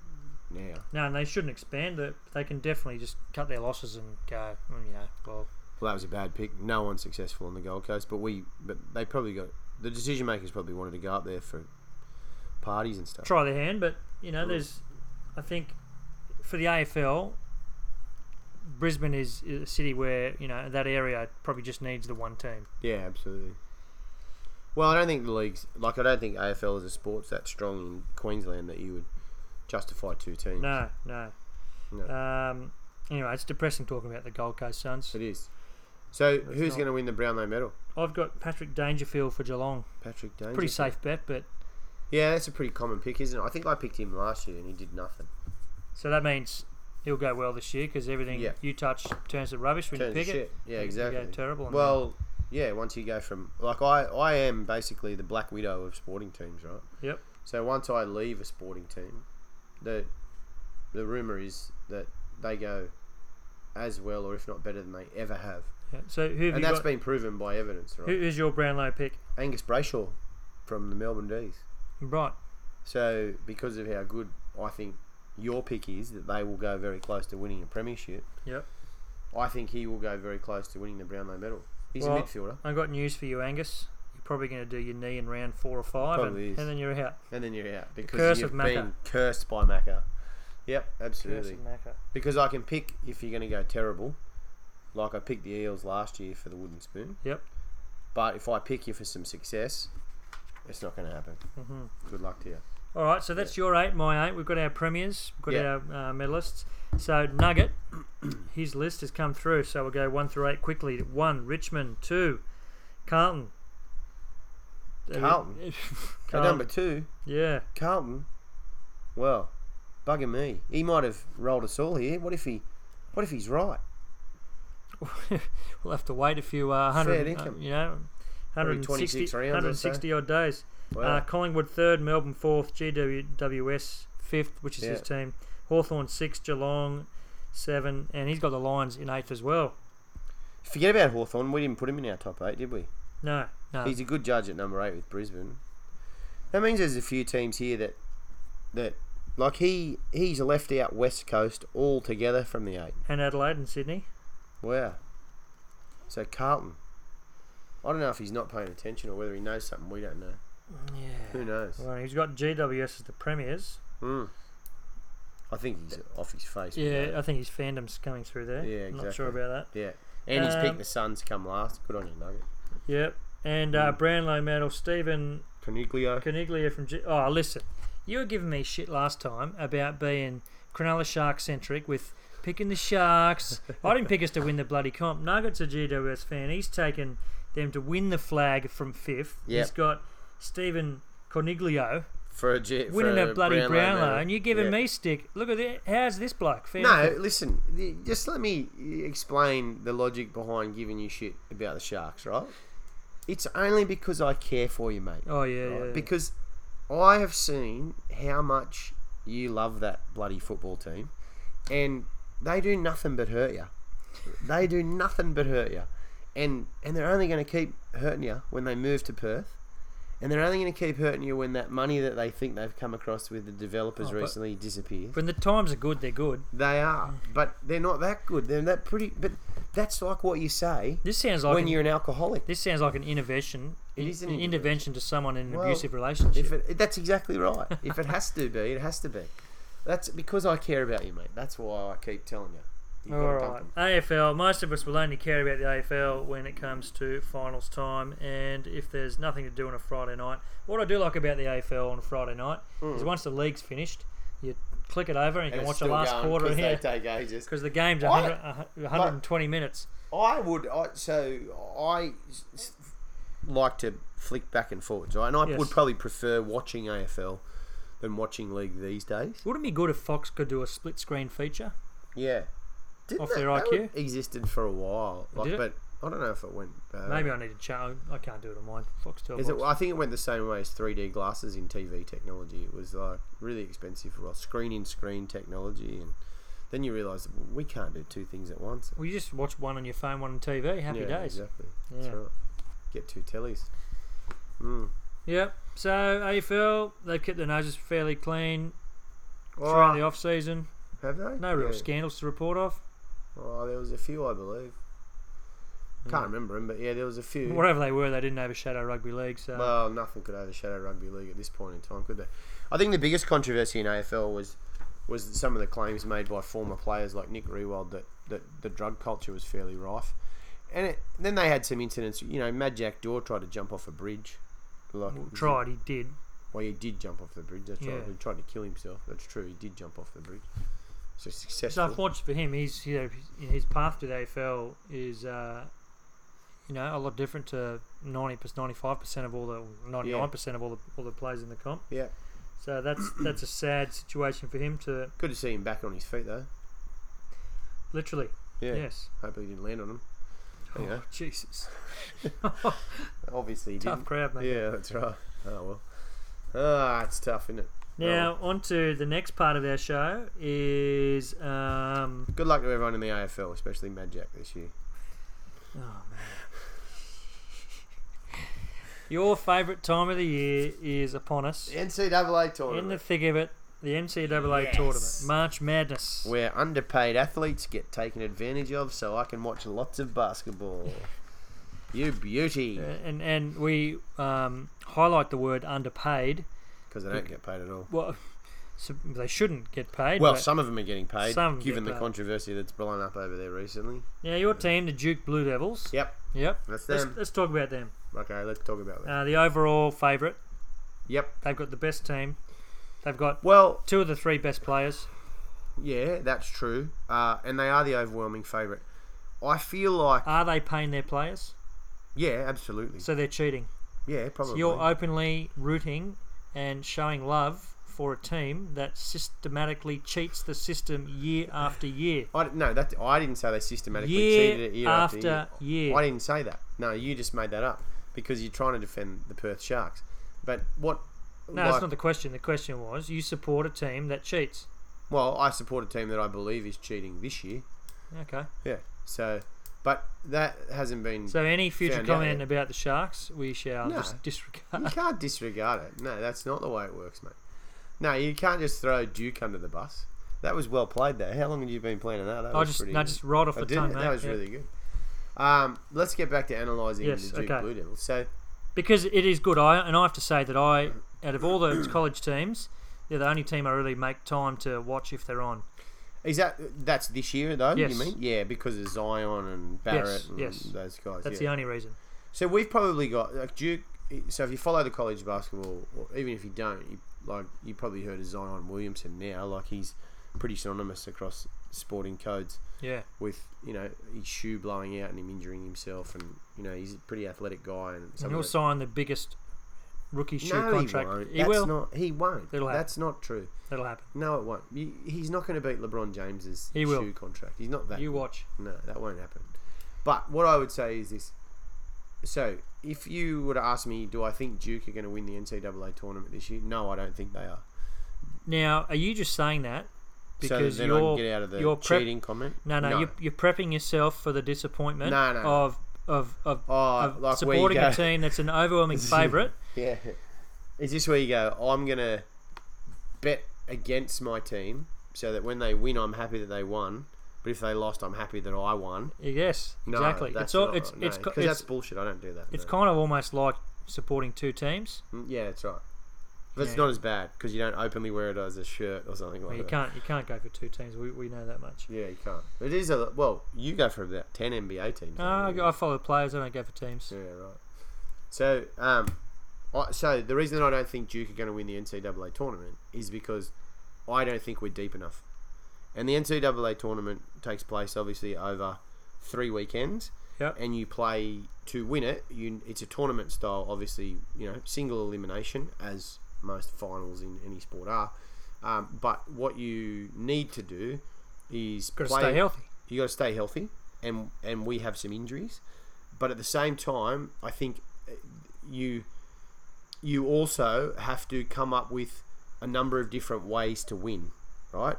now. no, and they shouldn't expand. They, they can definitely just cut their losses and go. mm, You know, well, Well, that was a bad pick. No one successful on the Gold Coast, but we, but they probably got the decision makers probably wanted to go up there for parties and stuff. try their hand, but you know, there's I think for the AFL, Brisbane is is a city where you know that area probably just needs the one team. Yeah, absolutely. Well, I don't think the leagues like I don't think AFL is a sport's that strong in Queensland that you would justify two teams. No, no. No. Um, anyway, it's depressing talking about the Gold Coast Suns. It is. So who's not- going to win the Brownlow medal? I've got Patrick Dangerfield for Geelong. Patrick Danger. Pretty safe bet, but Yeah, that's a pretty common pick, isn't it? I think I picked him last year and he did nothing. so that means he'll go well this year because everything Yeah. you touch turns to rubbish when Turns you to pick it. shit. Yeah, You exactly. Go terrible. and Well, yeah. Once you go from like I, I am basically the black widow of sporting teams, right? Yep. So once I leave a sporting team, the the rumor is that they go as well or if not better than they ever have, yeah. So who have and you that's got? been proven by evidence, right? Who is your Brownlow pick? Angus Brayshaw from the Melbourne D's. Right. So because of how good I think your pick is that they will go very close to winning a premiership. Yep. I think he will go very close to winning the Brownlow medal. He's a Well, midfielder, I've got news for you, Angus. You're probably going to do your knee in round four or five, Probably and, is. and then you're out. and then you're out because curse you've of Macca. been cursed by Macca. Yep, absolutely. Curse of Macca. Because I can pick if you're going to go terrible, like I picked the Eels last year for the wooden spoon. Yep. But if I pick you for some success, it's not going to happen. Mm-hmm. Good luck to you. All right, so that's your eight, my eight. We've got our premiers, we've got Yeah. our uh, medalists. So Nugget, his list has come through. So we'll go one through eight quickly. One, Richmond. Two, Carlton. Uh, Carlton? At Carlton, number two, Yeah. Carlton. Well, bugger me. He might have rolled us all here. What if he? What if he's right? we'll have to wait a few uh, Fair hundred, uh, income. you know, Probably 160, 26 rounds or so. 160 odd days. Wow. Uh, Collingwood third, Melbourne fourth, GWS fifth, which is his Yeah. team. Hawthorn sixth, Geelong seven, and he's got the Lions in eighth as well. Forget about Hawthorn. We didn't put him in our top eight, did we? No, no. He's a good judge at number eight with Brisbane. That means there's a few teams here that that like he he's left out West Coast altogether from the eight. and Adelaide and Sydney. Wow. So Carlton. I don't know if he's not paying attention or whether he knows something we don't know. Yeah. Who knows? Well, he's got GWS as the premiers. Mm. I think he's off his face. with Yeah, I that. think his fandom's coming through there. Yeah, I'm Not sure exactly. about Yeah. And he's Um, picked the Suns come last. Good on you, Nugget. that. Yep. And Mm. uh, Brownlow medal, Stephen Coniglio. Caniglia from. G- oh, listen, you were giving me shit last time about being Cronulla shark centric with picking the Sharks. I didn't pick us to win the bloody comp. Nugget's a GWS fan. He's taken them to win the flag from fifth. Yep. He's got Stephen Coniglio For a G- winning for a bloody Brownlow, medal. and you're giving Yeah. me stick. Look at it. How's this bloke? Fair No, listen. y- Just let me explain the logic behind giving you shit about the sharks, right? It's only because I care for you, mate. Oh yeah, right? yeah. Because I have seen how much you love that bloody football team, and they do nothing but hurt you. They do nothing but hurt you, and and they're only going to keep hurting you when they move to Perth. And they're only going to keep hurting you when that money that they think they've come across with the developers Oh, but- recently disappears. when the times are good, they're good. They are, but they're not that good. They're that pretty, but that's like what you say This sounds like when an, you're an alcoholic. this sounds like an intervention. It in- is an intervention to someone in an Well, abusive relationship. If it, that's exactly right. If it has to be, it has to be. That's because I care about you, mate. That's why I keep telling you. You've All gotta dump right, them. AFL. Most of us will only care about the AFL when it comes to finals time, and if there's nothing to do on a Friday night. What I do like about the AFL on a Friday night is once the league's finished, you click it over and you can Hmm. And it's watch the still last going quarter 'cause here They take ages. because the game's I- 100, a hun- 120 minutes. I would. I, so I s- s- like to flick back and forwards, right? And I Yes. would probably prefer watching AFL than watching league these days. Wouldn't it be good if Fox could do a split screen feature? Yeah. Didn't Off their that- that IQ? one existed for a while, like, Did it? but I don't know if it went. Uh, Maybe I need to change. I can't do it on mine. Foxtel. Is it, box. I think it went the same way as 3D glasses in TV technology. It was like really expensive for us, screen in screen technology, and then you realise well, we can't do two things at once. Well, you just watch one on your phone, one on TV. Happy yeah, days. Exactly. That's Yeah. right. Get two tellies. Mm. Yep. So AFL, they've kept their noses fairly clean Oh, throughout the off season. have they? No real Yeah. scandals to report of. Oh, there was a few, I believe. Can't remember them, but yeah, there was a few. Whatever they were, they didn't overshadow rugby league. So Well, nothing could overshadow rugby league at this point in time, could they? I think the biggest controversy in AFL was was some of the claims made by former players like Nick Rewald that that the drug culture was fairly rife. And it, then they had some incidents. You know, Mad Jack Dore tried to jump off a bridge. Like, Well, tried, he did. Well, he did jump off the bridge. That's right. Yeah. He tried to kill himself. That's true. He did jump off the bridge. So So successful. unfortunate for him, he's you know, in his path to the AFL is uh, you know a lot different to ninety ninety five percent of all the ninety nine percent of all the all the players in the comp. yeah. So that's that's a sad situation for him to Good to see him back on his feet though. literally. Yeah. Yes. Hopefully he didn't land on him. Yeah. Oh, Jesus. Obviously he Tough crowd, mate. didn't. Yeah, that's right. Oh well. Ah, it's tough, isn't it? Now on to the next part of our show is um, Good luck to everyone in the AFL, especially Mad Jack this year. oh man. Your favourite time of the year is upon us. The NCAA In the tournament. thick of it, the NCAA Yes. tournament, March Madness. where underpaid athletes get taken advantage of so I can watch lots of basketball. you beauty. Uh, And and we um, highlight the word underpaid. Because they don't get paid at all. Well, so they shouldn't get paid. Well, but- some of them are getting paid, Some get given the paid. controversy that's blown up over there recently. now your team, the Duke Blue Devils. Yep, Yep. that's Let's, them. let's talk about them. Okay, let's talk about that. Uh, the overall favourite. Yep. They've got the best team. They've got Well, two of the three best players. yeah, that's true. Uh, and they are the overwhelming favourite. I feel like, Are they paying their players? yeah, absolutely. Uh. So they're cheating. Yeah, probably. So you're openly rooting and showing love for a team that systematically cheats the system year after year. I, d- no, that I didn't say they systematically Year cheated it year after, after year. year. I didn't say that. No, you just made that up because you're trying to defend the Perth Sharks. But what? No, that's not the question. The question was you support a team that cheats. well, I support a team that I believe is cheating this year. Okay. Yeah. So, but that hasn't been. So any future Found out comment about the Sharks, we shall No. just you disregard. can't disregard it. No, that's not the way it works, mate. No, you can't just throw Duke under the bus. That was well played, though. How long have you been planning that? that I was just, pretty no, just rolled off I the did. tongue, That mate. was yeah. really good. Um, let's get back to analysing Yes, the Duke okay. Blue Devils. So, Because it is good. I and I have to say that I, out of all the college teams, they're the only team I really make time to watch if they're on. Is that that's this year though? Yes. You mean yeah, because of Zion and Barrett Yes, and yes. those guys. That's yeah. the only reason. so we've probably got like Duke. So if you follow the college basketball, or even if you don't, you, like you probably heard of Zion Williamson now. Like he's pretty synonymous across sporting codes Yeah. with you know his shoe blowing out and him injuring himself, and you know he's a pretty athletic guy. And some and he'll of the- sign the biggest rookie shoe no, contract. he won't. He that's will. Not, he won't. It'll happen. That's not true. That'll happen. No, it won't. You- He's not going to beat LeBron James's He shoe will. contract. He's not that. You good. watch. No, that won't happen. But what I would say is this. So, if you were to ask me, do I think Duke are going to win the NCAA tournament this year? No, I don't think they are. Now, are you just saying that because so then I you're can get out of the you're prep- cheating comment. No, no, You're, you're prepping yourself for the disappointment No, no, no. of of of, Oh, of like where you supporting a go- team that's an overwhelming favourite. yeah. Is this where you go? I'm going to bet against my team so that when they win, I'm happy that they won. But if they lost, I'm happy that I won. Yes, No, exactly. That's It's all not- it's no, it's 'cause co- it's, that's bullshit. I don't do that. it's no. kind of almost like supporting two teams. Mm, Yeah, that's right. But it's Yeah. not as bad because you don't openly wear it as a shirt or something like Well, that. you can't you can't go for two teams. We, we know that much. Yeah, you can't. It is a well. You go for about ten NBA teams. No, don't Ah, I, you? go- I follow players. I don't go for teams. Yeah, right. So, um, I, so the reason I don't think Duke are going to win the NCAA tournament is because I don't think we're deep enough. And the NCAA tournament takes place obviously over three weekends, Yep. and you play to win it. You, it's a tournament style, obviously. You know, single elimination as most finals in any sport are. Um, but what you need to do is Got to play- stay healthy. you got to stay healthy, and and we have some injuries, but at the same time, I think uh, you you also have to come up with a number of different ways to win, right?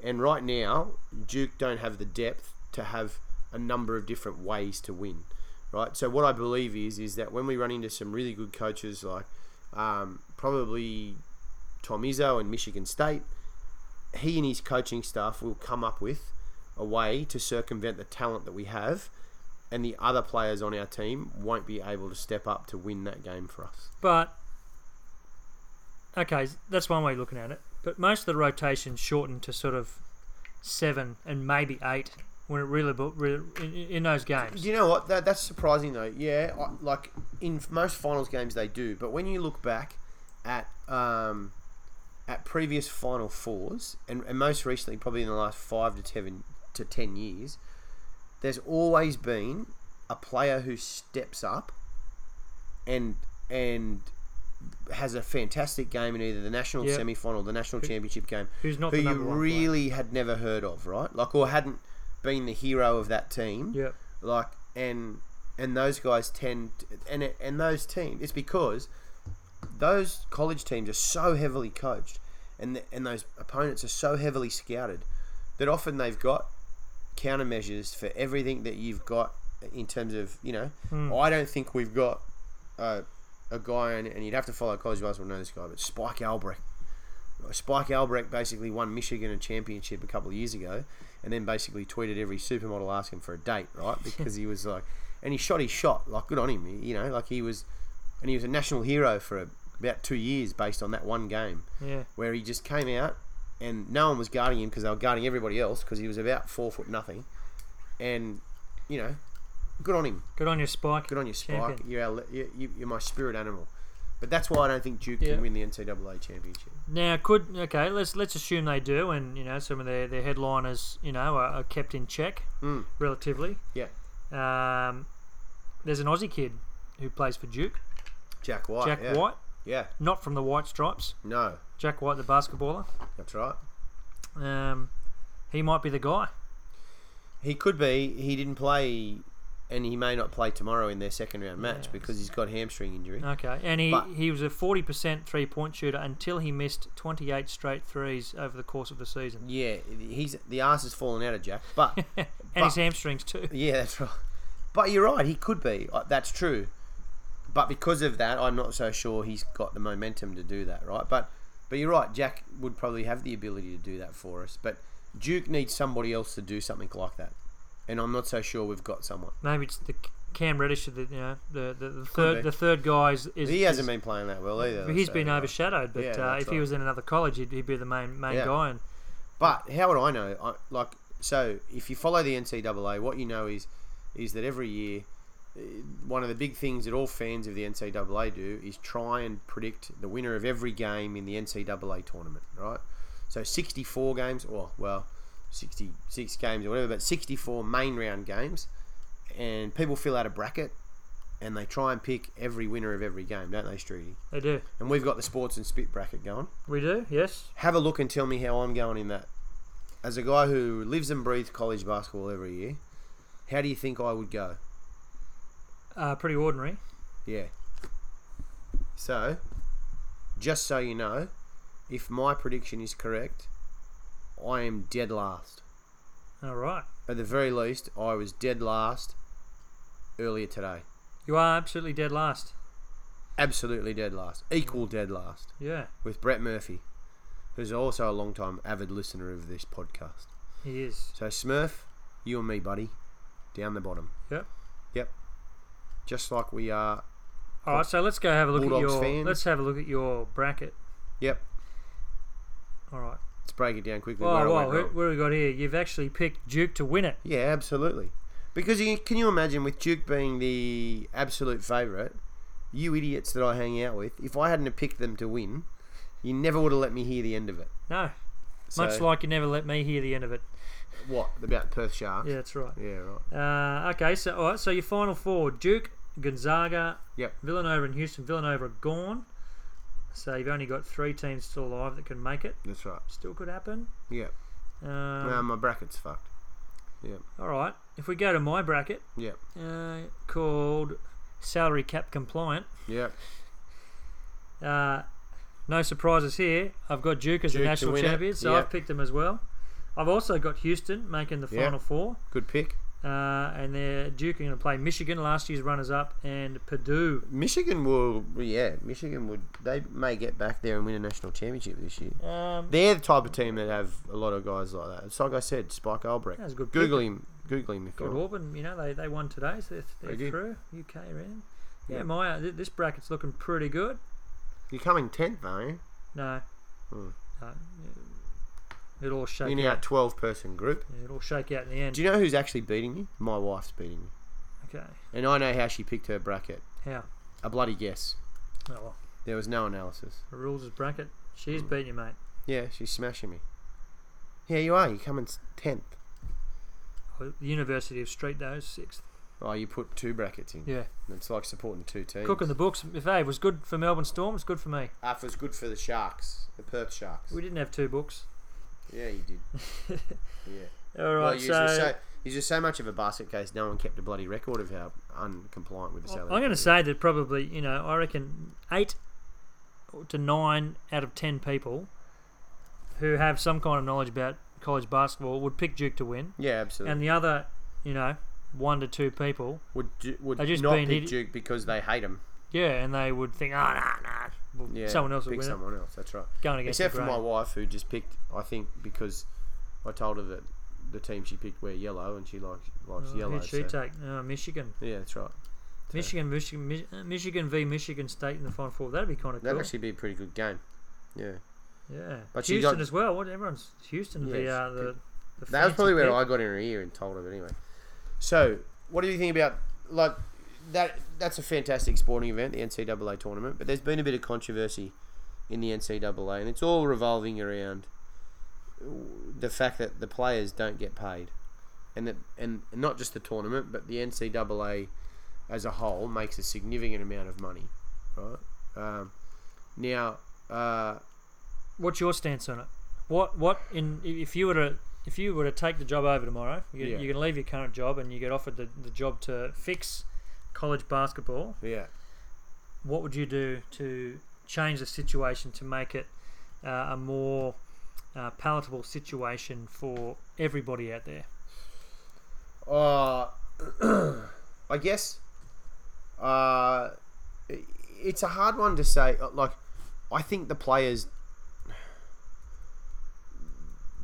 And right now, Duke don't have the depth to have a number of different ways to win, right? So what I believe is is that when we run into some really good coaches like um, probably Tom Izzo and Michigan State, he and his coaching staff will come up with a way to circumvent the talent that we have, and the other players on our team won't be able to step up to win that game for us. But okay, that's one way of looking at it. But most of the rotations shortened to sort of seven and maybe eight when it really, bu- re in, in those games. Do you know what? That, that's surprising though. Yeah, I, like in most finals games they do, but when you look back at um, at previous final fours, and, and most recently probably in the last five to seven to ten years, there's always been a player who steps up and and has a fantastic game in either the national Yep. semi-final, the national championship game, Who's not who the you number one player. really had never heard of, right? Like or hadn't been the hero of that team Yeah, like and and those guys tend and it- and those teams it's because those college teams are so heavily coached and th and those opponents are so heavily scouted that often they've got countermeasures for everything that you've got in terms of you know I don't think we've got uh, a guy and, and you'd have to follow college basketball to know this guy but Spike Albrecht Spike Albrecht basically won Michigan a championship a couple of years ago, and then basically tweeted every supermodel asking for a date, right? Because he was like, and he shot his shot, like good on him, you know, like he was, and he was a national hero for about two years based on that one game yeah, where he just came out and no one was guarding him because they were guarding everybody else because he was about four foot nothing, and you know, good on him, good on your Spike. good on you, Spike. Champion. You're, our, le- you- you- you're my spirit animal, but that's why I don't think Duke Yeah. can win the NCAA championship. Now, could okay, let's let's assume they do, and you know some of their, their headliners, you know, are, are kept in check Mm. relatively. Yeah. Um, there's an Aussie kid who plays for Duke, Jack White. Jack yeah. White, Yeah. not from the White Stripes. No, Jack White, the basketballer. that's right. Um, he might be the guy. He could be. He didn't play, and he may not play tomorrow in their second round match Yeah. because he's got hamstring injury. Okay, and he, But- he was a forty percent three point shooter until he missed twenty eight straight threes over the course of the season, Yeah, he's the ass has fallen out of Jack, but and his But- hamstrings too. yeah, that's right. But you're right. He could be. Uh, That's true. But because of that, I'm not so sure he's got the momentum to do that, right? But but you're right. Jack would probably have the ability to do that for us, but Duke needs somebody else to do something like that, and I'm not so sure we've got someone. Maybe it's the Cam Reddish, the you know the the, the be. third the third guy is, is He is- hasn't been playing that well either. But he's so- been overshadowed. But Yeah, uh, that's if he right. was in another college, he'd, he'd be the main main Yeah. guy. And But how would I know? I, like, so if you follow the NCAA, what you know is is that every year, eh, one of the big things that all fans of the NCAA do is try and predict the winner of every game in the NCAA tournament, right? So 64 games, or well, 66 games or whatever, but 64 main round games, and people fill out a bracket, and they try and pick every winner of every game, don't they, Streety? they do. And we've got the sports and spit bracket going We do. Yes. have a look and tell me how I'm going in that. As a guy who lives and breathes college basketball every year, how do you think I would go? Uh, pretty ordinary. Yeah. So, just so you know, if my prediction is correct, I am dead last. All right. At the very least, I was dead last earlier today. You are absolutely dead last. Absolutely dead last. Equal dead last Yeah, with Brett Murphy, who's also a long time avid listener of this podcast. he is. So, Smurf, you and me, buddy, down the bottom. Yep. Yep. Just like we are. All right. So let's go have a look Bulldogs at your. fans. Let's have a look at your bracket. Yep. All right. Let's break it down quickly. where I Oh, went wow. Who, wrong. what have we got here? You've actually picked Duke to win it. Yeah, absolutely. Because you, can you imagine with Duke being the absolute favourite, you idiots that I hang out with, if I hadn't have picked them to win, you never would have let me hear the end of it. No. Much So- like you never let me hear the end of it. What about Perth Sharks? Yeah, that's right. Yeah, right. Uh, okay. So all right. So your final four: Duke, Gonzaga, Yep. Villanova, and Houston. Villanova are gone. So you've only got three teams still alive that can make it. That's right. Still could happen. Yep. Um, No, my bracket's fucked. All right. If we go to my bracket, Yep. uh, called salary cap compliant, Yep. uh, no surprises here. I've got Duke as Duke the to national win it. champion, so Yep. I've picked them as well. I've also got Houston making the Yep. final four, Good pick. uh, and they're Duke are going to play Michigan, last year's runners-up, and Purdue. Michigan will. Yeah, Michigan would. They may get back there and win a national championship this year. Um, They're the type of team that have a lot of guys like that. It's like I said, Spike Albrecht. That's a good pick. Google him. Google him if you Good want. Auburn, you know they, they won today, so they're, they're They did. through UK round. Yeah, Yeah. my uh, th- this bracket's looking pretty good. You're coming tenth, aren't you? No. Hmm. No. It'll all shake in our out. twelve person group. Yeah, it'll all shake out in the end. Do you know who's actually beating me? My wife's beating me, okay. and I know how she picked her bracket. How? A bloody guess. Oh, well. There was no analysis. The rules is bracket. She's Hmm. beating you, mate. Yeah, she's smashing me. Here you are. You come in tenth. Oh, The University of Street though is sixth. Oh, you put two brackets in. Yeah. It's like supporting two teams. Cooking the books. If they was good for Melbourne Storm, it's good for me. Ah, if it was good for the Sharks, the Perth Sharks. We didn't have two books. Yeah, you did. yeah. All well, right, you're, just so so, you're just so much of a basket case. No one kept a bloody record of how uncompliant with the I'm salary. going to cap say that probably you know I reckon eight to nine out of ten people who have some kind of knowledge about college basketball would pick Duke to win, is. Yeah, absolutely. and the other you know one to two people, would Ju- would They just not been pick idi- Duke because they hate him. yeah, and they would think, oh no, no, well, Yeah, someone else will pick win it. someone else. That's right. Going against Except the for grain. my wife, who just picked. I think because I told her that the team she picked were yellow, and she likes likes Oh, yellow. Who'd she so- take? Oh, Michigan. yeah, that's right. Michigan, Michigan, Mi- uh, Michigan v Michigan State in the final four. That'd be kind of That'd cool. actually be a pretty good game. Yeah, yeah, But she Houston got- as well. What everyone's Houston v Yes, uh, the, the that was fancy probably where pick. I got in her ear and told her. But anyway, so what do you think about like that? That's a fantastic sporting event, the NCAA tournament. But there's been a bit of controversy in the NCAA, and it's all revolving around the fact that the players don't get paid, and that and not just the tournament, but the NCAA as a whole makes a significant amount of money, right? Um, now, uh, What's your stance on it? What what in if you were to if you were to take the job over tomorrow, you, Yeah. you can leave your current job and you get offered the, the job to fix college basketball. yeah, What would you do to change the situation to make it uh, a more uh, palatable situation for everybody out there? Uh, I guess uh, i- it's a hard one to say. Uh, Like, I think the players,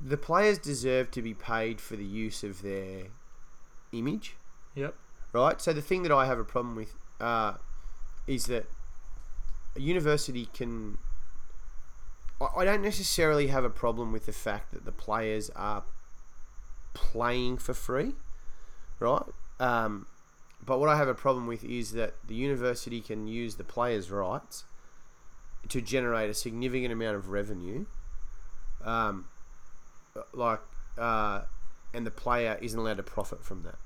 the players deserve to be paid for the use of their image, Yep. right? So the thing that I have a problem with uh, is that a university can. I- I don't necessarily have a problem with the fact that the players are playing for free right? Um, but what I have a problem with is that the university can use the players' rights to generate a significant amount of revenue, um, like, uh, and the player isn't allowed to profit from that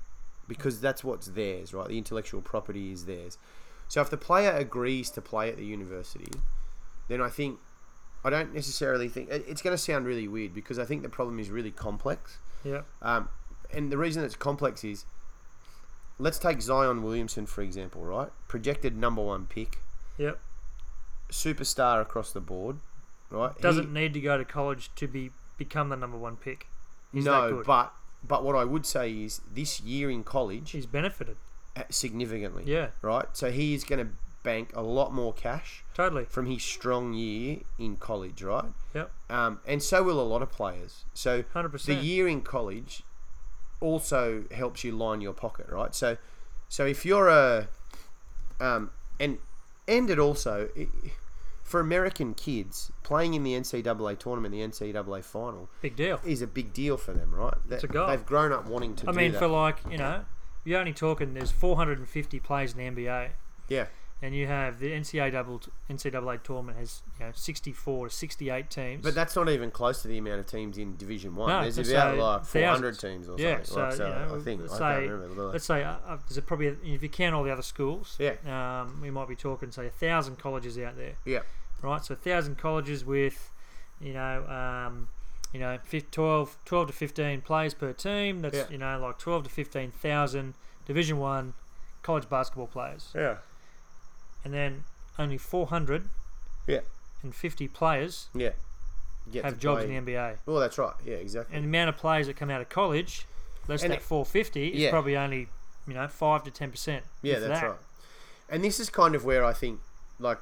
because that's what's theirs, right? The intellectual property is theirs. So if the player agrees to play at the university, then I think I don't necessarily think it- it's going to sound really weird because I think the problem is really complex. Yep. Um, and the reason it's complex is, let's take Zion Williamson for example, right? Projected number one pick, Yep. superstar across the board, right? He- Doesn't need to go to college to be become the number one pick. He's that no, good. but but what I would say is this year in college He's benefited. uh, significantly, Yeah. right? So he is going to bank a lot more cash Totally. from his strong year in college, right? Yep. Um, and so will a lot of players. So 100%. the year in college also helps you line your pocket, right? So, so if you're a, um, and and it also i for American kids playing in the NCAA tournament, the NCAA final Big deal. is a big deal for them, right? That- a goal. They've grown up wanting to. I do mean, that. for like you know, you're only talking. There's 450 plays in the NBA, yeah, and you have the NCAA t- NCAA tournament has you know 64 to 68 teams. but that's not even close to the amount of teams in Division One. No, There's that's about a like 400 thousands. teams or yeah, something. right? so, you know, I think let's I can't say- remember. the- let's say uh, uh, there's probably if you count all the other schools, Yeah. um, we might be talking say a thousand colleges out there, Yeah, right? So a thousand colleges with, you know. Um, you know, fif- 12, 12 to 15 players per team. That's, Yeah. you know, like 12 to 15,000 Division 1 college basketball players. yeah, and then only 450 yeah, players yeah. Get have to jobs play- in the NBA. Well, that's right. Yeah, exactly. And the amount of players that come out of college, less And than it- 450, yeah. is probably only you know five to ten percent. Yeah, that's right. And this is kind of where I think, like,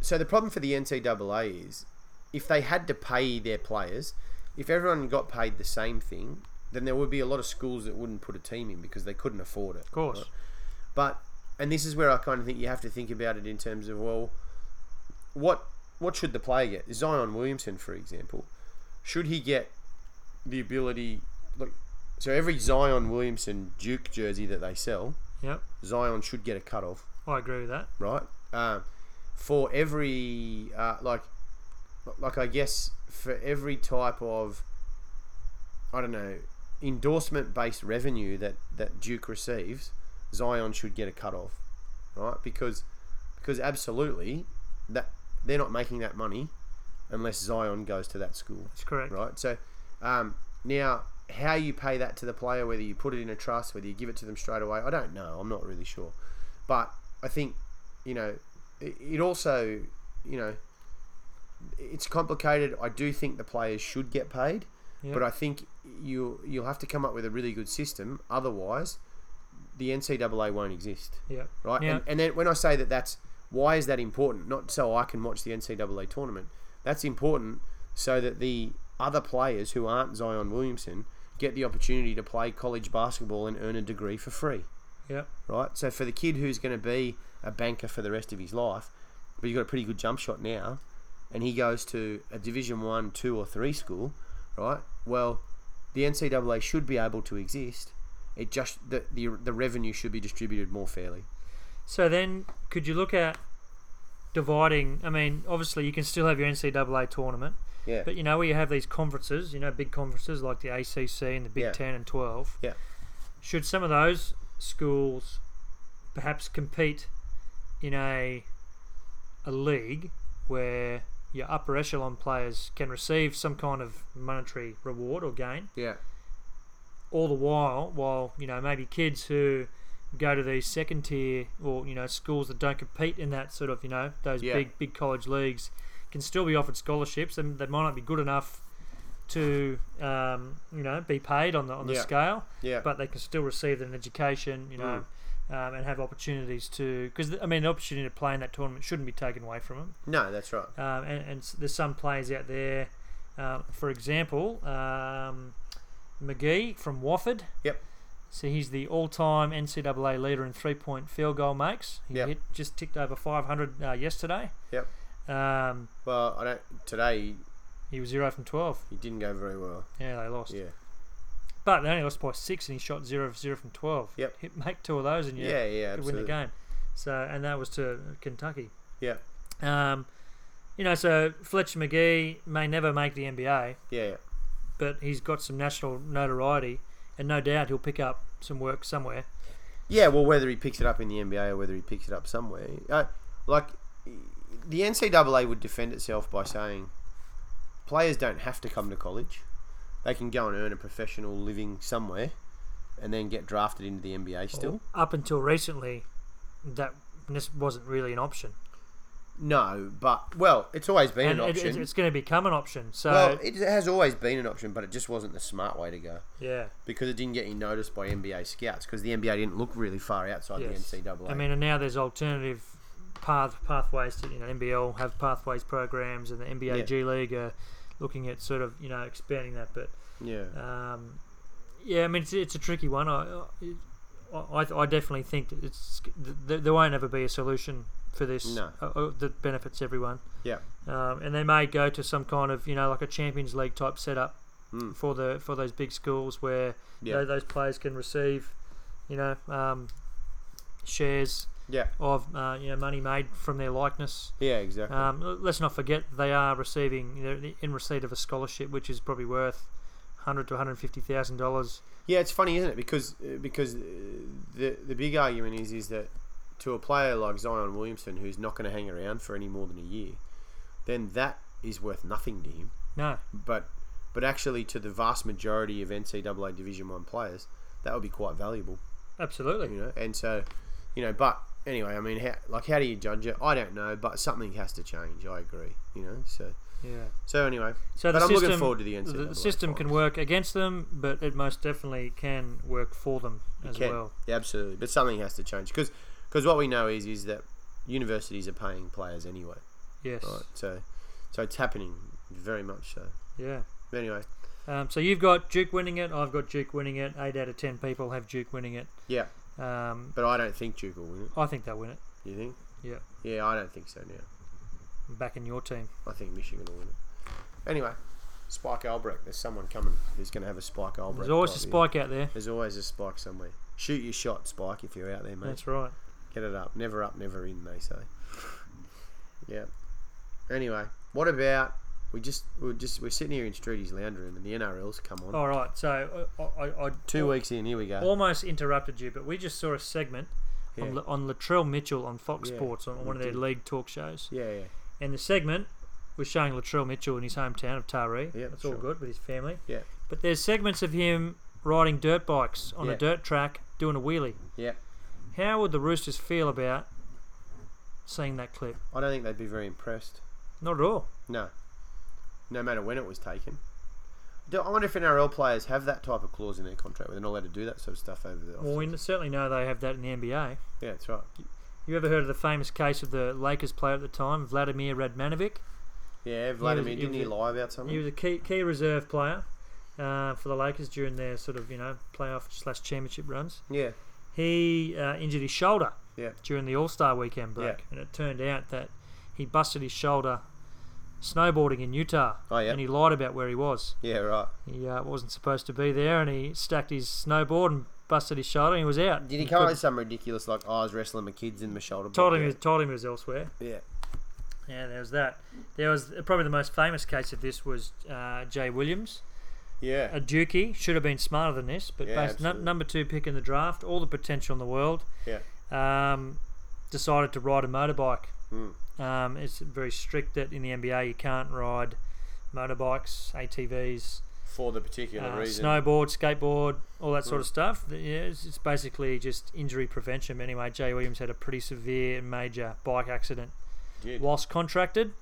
so the problem for the NCAA is if they had to pay their players, if everyone got paid the same thing, then there would be a lot of schools that wouldn't put a team in because they couldn't afford it. Of course, But and this is where I kind of think you have to think about it in terms of well, what what should the player get? Zion Williamson, for example, should he get the ability? Look, so every Zion Williamson Duke jersey that they sell, Yep. Zion should get a cut off, I agree with that. right? Um, for every uh, like, like I guess for every type of, I don't know, endorsement based revenue that that Duke receives, Zion should get a cut off, right? Because because absolutely that they're not making that money unless Zion goes to that school That's correct. right? So um, now, how you pay that to the player, whether you put it in a trust, whether you give it to them straight away, I don't know. I'm not really sure, but I think you know, it, it also, you know, it's complicated. I do think the players should get paid, Yeah. but I think you you'll have to come up with a really good system. Otherwise, the NCAA won't exist Yep. right? Yeah. And, and then when I say that, that's why is that important? Not so I can watch the NCAA tournament. That's important so that the other players who aren't Zion Williamson get the opportunity to play college basketball and earn a degree for free, Yep. right? So for the kid who's going to be a banker for the rest of his life, but he's got a pretty good jump shot now, and he goes to a Division One, two, or three school, right? Well, the NCAA should be able to exist. It just the, the the revenue should be distributed more fairly. So then, could you look at dividing? I mean, obviously, you can still have your NCAA tournament, Yeah. but you know where you have these conferences, you know, big conferences like the ACC and the Big Yeah. Ten and Twelve. Yeah. Should some of those schools perhaps compete in a a league where your upper echelon players can receive some kind of monetary reward or gain? Yeah, all the while, while you know maybe kids who go to these second tier or you know schools that don't compete in that sort of you know those Yeah. big big college leagues can still be offered scholarships, and they might not be good enough to um, you know be paid on the on the Yeah. scale, yeah, but they can still receive an education, you know. Mm. Um, and have opportunities to, because I mean, the opportunity to play in that tournament shouldn't be taken away from them. no, that's right. Um, and, and s- there's some players out there, um, for example, um, McGee from Wofford. Yep. So he's the all-time NCAA leader in three-point field goal makes. He Yep. hit, just ticked over 500 uh, yesterday. Yep. Um, Well, I don't. Today he was zero from 12. he didn't go very well. Yeah, they lost. Yeah, But they only lost by six, and he shot zero of zero from 12. Yep. Hit make two of those, and you yeah, yeah, could absolutely. win the game. So and that was to Kentucky. Yep. Um, you know, so Fletcher McGee may never make the NBA. Yeah, yeah, but he's got some national notoriety, and no doubt he'll pick up some work somewhere. yeah. Well, whether he picks it up in the NBA or whether he picks it up somewhere, uh, like the NCAA would defend itself by saying players don't have to come to college; they can go and earn a professional living somewhere, and then get drafted into the NBA. Still, Up until recently, that this wasn't really an option, no, but well, it's always been and an it, option. it's, it's going to become an option. So well, it has always been an option, but it just wasn't the smart way to go. yeah, because it didn't get any noticed by NBA scouts because the NBA didn't look really far outside yes. the NCAA. I mean, and now there's alternative path pathways to you know NBL have pathways programs, and the NBA Yeah. G League are looking at sort of you know expanding that, but yeah, Um, yeah, I mean it's, it's a tricky one. I, I, I definitely think that it's th- there won't ever be a solution for this No. uh, uh, that benefits everyone. yeah, Um, and they may go to some kind of you know like a Champions League type setup Mm. for the for those big schools where Yeah. tho- those players can receive you know um, shares yeah, of uh, you know money made from their likeness. yeah, exactly. Um, l- let's not forget they are receiving they're in receipt of a scholarship, which is probably worth hundred to one hundred fifty thousand dollars. yeah, it's funny, isn't it? Because uh, because uh, the the big argument is is that to a player like Zion Williamson who's not going to hang around for any more than a year, then that is worth nothing to him. No, But but actually, to the vast majority of NCAA Division One players, that would be quite valuable. absolutely. you know and so you know but anyway i mean how, like how do you judge it i don't know but something has to change i agree you know so Yeah. so anyway So but the i'm system, looking forward to the the- NCAA the system can finals. work against them, but it most definitely can work for them as Can. well. Yeah, absolutely but something has to change because what we know is is that universities are paying players anyway Yes. right so so it's happening very much so Yeah. but anyway Um, so you've got Duke winning it. I've got Duke winning it. Eight out of ten people have Duke winning it. yeah Um, but i don't think duke will win it I think they'll win it. you think Yeah. yeah i don't think so now Back in your team. i think michigan will win it anyway Spike Albrecht. There's someone coming who's going to have a Spike Albrecht. There's always a type in. spike out there. There's always a spike somewhere. Shoot your shot, Spike, if you're out there, mate. That's right. Get it up. Never up, never in, they say. yeah. Anyway, what about we just we're just we're sitting here in Streety's lounge room and the NRL's come on. All right. So uh, I, I, I Two weeks in, here we go. almost interrupted you, but we just saw a segment Yeah. on, La- on Latrell Mitchell on Fox Yeah, Sports on we one of their did. league talk shows. yeah, yeah, And the segment was showing Latrell Mitchell in his hometown of Taree. Yeah, That's all sure. good with his family. yeah, But there's segments of him riding dirt bikes on a Yeah. dirt track doing a wheelie. yeah. How would the Roosters feel about seeing that clip? I don't think they'd be very impressed. Not at all. No. No matter when it was taken. Do- I wonder if NRL players have that type of clause in their contract where they're not allowed to do that sort of stuff over the. Well, we n- certainly know they have that in the NBA. yeah, that's right. You ever heard of the famous case of the Lakers player at the time, Vladimir Radmanovic? Yeah, Vladimir, he didn't was he a- lie about He something? was a key, key reserve player uh, for the Lakers during their sort of you know playoff slash championship runs. yeah, He uh, injured his shoulder yeah. during the All Star weekend break, Yeah. and it turned out that he busted his shoulder snowboarding in Utah, Oh, yeah. and he lied about where he was. Yeah, right. He uh, wasn't supposed to be there, and he stacked his snowboard and busted his shoulder, and he was out. Did he couldn't- come up with some ridiculous like "Oh, I was wrestling my kids in my shoulder? Told him, blade? he was, told him he was elsewhere. Yeah. Yeah, there was that. There was probably the most famous case of this was uh, Jay Williams. Yeah. a Dookie should have been smarter than this, but Yeah, based nu- absolutely. number two pick in the draft, all the potential in the world, Yeah. um, decided to ride a motorbike. Mm. Um, it's very strict that in the NBA you can't ride motorbikes, ATVs, For the particular uh, reason. Hmm. snowboard, skateboard, all that sort of stuff. The- Yeah, it's, it's basically just injury prevention. Anyway, Jay Williams had a pretty severe, major bike accident Did. whilst contracted.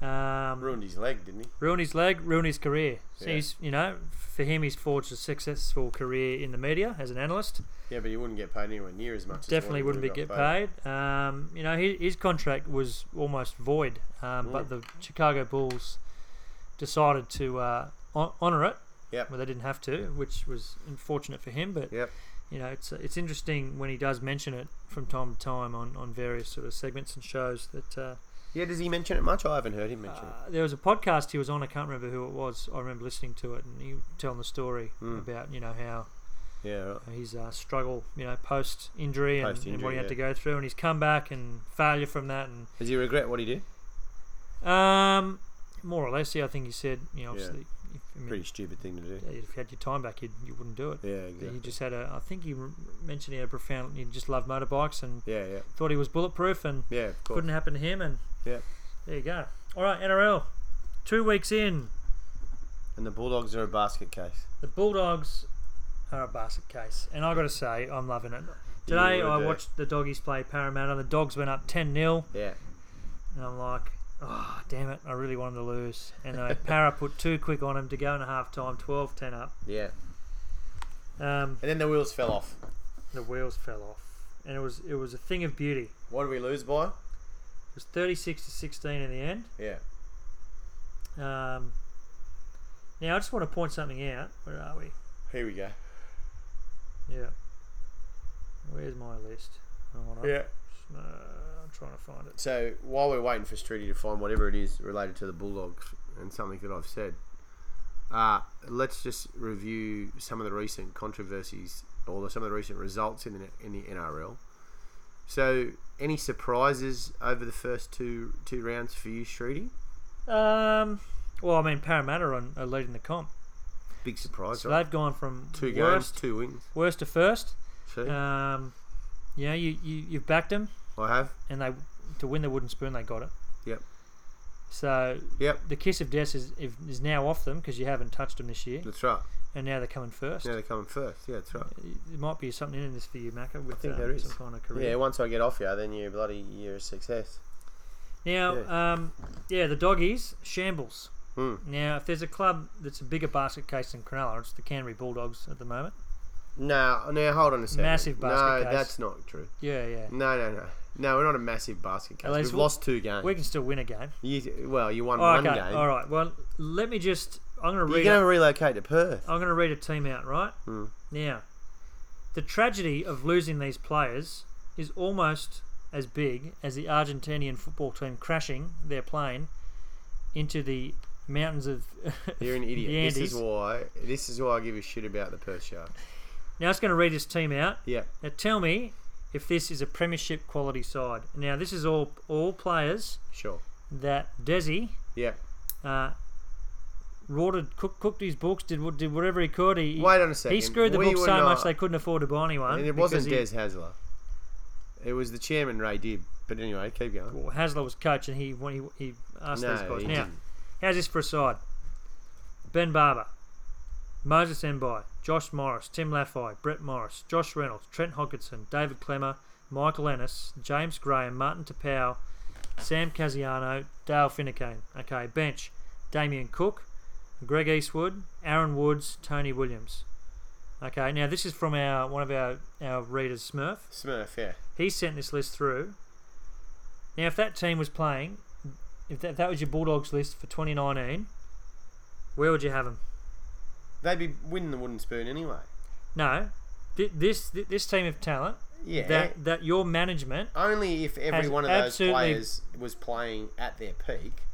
Um, Ruined his leg, didn't he? ruin his leg, ruin his career. So Yeah. he's, you know, for him, he's forged a successful career in the media as an analyst. Yeah, but he wouldn't get paid anywhere near as much. Definitely as wouldn't be what he get would've got paid. Um, you know, his, his contract was almost void, um, but the Chicago Bulls decided to uh, hon- honour it. Yep. Well, they didn't have to, which was unfortunate for him. But Yep. you know, it's it's interesting when he does mention it from time to time on, on various sort of segments and shows that. Uh, Yeah, does he mention it much? I haven't heard him mention it. uh, there was a podcast he was on. I can't remember who it was. I remember listening to it, and he was telling the story Hmm. about you know how Yeah, right. his uh, struggle, you know, post injury and, and what Post-injury, he had yeah. to go through, and he's come back and failure from that, and Does he regret what he did? um, more or less, yeah, I think he said, you know, Yeah. obviously, if, I mean, Pretty stupid thing to do. if you had your time back, you you wouldn't do it. Yeah, But He exactly. just had a, I think he r- mentioned he had a profound, he just loved motorbikes and Yeah, yeah. thought he was bulletproof, and Yeah, of course. couldn't happen to him, and Yeah. there you go. All right, NRL, two weeks in. And the Bulldogs are a basket case. The Bulldogs are a basket case, and I got to say, I'm loving it. Today, You I do. watched the doggies play Parramatta. The dogs went up 10 0, Yeah. and I'm like, oh, damn it, I really wanted to lose. And uh, Para put two quick on him to go in half time, 12 10 up. Yeah. Um, And then the wheels fell off. the wheels fell off, and it was it was a thing of beauty. What did we lose by? It was 36 to 16 in the end. Yeah. Um, now, I just want to point something out. Where are we? Here we go. Yeah. Where's my list? Hold on. Uh, I'm trying to find it. So while we're waiting for Streety to find whatever it is related to the Bulldogs and something that I've said, uh, let's just review some of the recent controversies or some of the recent results in the in the NRL. So, any surprises over the first two two rounds for you, Streety? Um, well, I mean, Parramatta are, on, are leading the comp. Big surprise, So right? they've gone from Two games, worst, two wins. worst to first. See, Um, yeah, you, you, you've backed them, I have. and they to win the wooden spoon, they got it. Yep. So Yep, the kiss of death is, if- is now off them because you haven't touched them this year, that's right. and now they're coming first. Now they're coming first. Yeah, that's right. There might be something in this for you, Macca, with think um, there is. some kind of Yeah, career. once I get off you, then you bloody you're a success. now, yeah. Um, yeah, the doggies, shambles. Hmm. Now, if there's a club that's a bigger basket case than Cronulla, it's the Canterbury Bulldogs at the moment. No, now hold on a second. Massive No, basket case. that's not true. Yeah, yeah. No, no, no. No, we're not a massive basket case. At least We've we'll- lost two games. We can still win a game. You, well, you won Oh, one okay. game. All right. Well, let me just. I'm going to You're read. going a- to relocate to Perth. I'm going to read a team out right Hmm. now. The tragedy of losing these players is almost as big as the Argentinian football team crashing their plane into the mountains of You're an idiot. the this Andes. is why. This is why I give a shit about the Perth Shark. Now it's going to read his team out. Yeah. Now tell me if this is a premiership quality side. Now this is all all players Sure. that Desi Yeah. uh, rorted, cook, cooked his books, did wha- did whatever he could. He, Wait on a second. He screwed the We books were so much not- they couldn't afford to buy anyone. And it because wasn't he- Des Hasler. It was the chairman Ray Dibb. But anyway, keep going. well, Hasler was coach, and he when he, he asked No, these guys. he Now, didn't. how's this for a side? Ben Barber, Moses Mbai, Josh Morris, Tim Laffey, Brett Morris, Josh Reynolds, Trent Hodgkinson, David Clemmer, Michael Ennis, James Graham, Martin Tapau, Sam Casiano, Dale Finnecane. Okay, bench, Damien Cook, Greg Eastwood, Aaron Woods, Tony Williams. Okay, now this is from our one of our, our readers, Smurf Smurf. Yeah. he sent this list through. Now, if that team was playing, if that, that was your Bulldogs list for 2019, where would you have them? They'd be winning the wooden spoon anyway. No, Th- this th- this team of talent Yeah. that that your management. Only if every Has one of those absolutely- players was playing at their peak.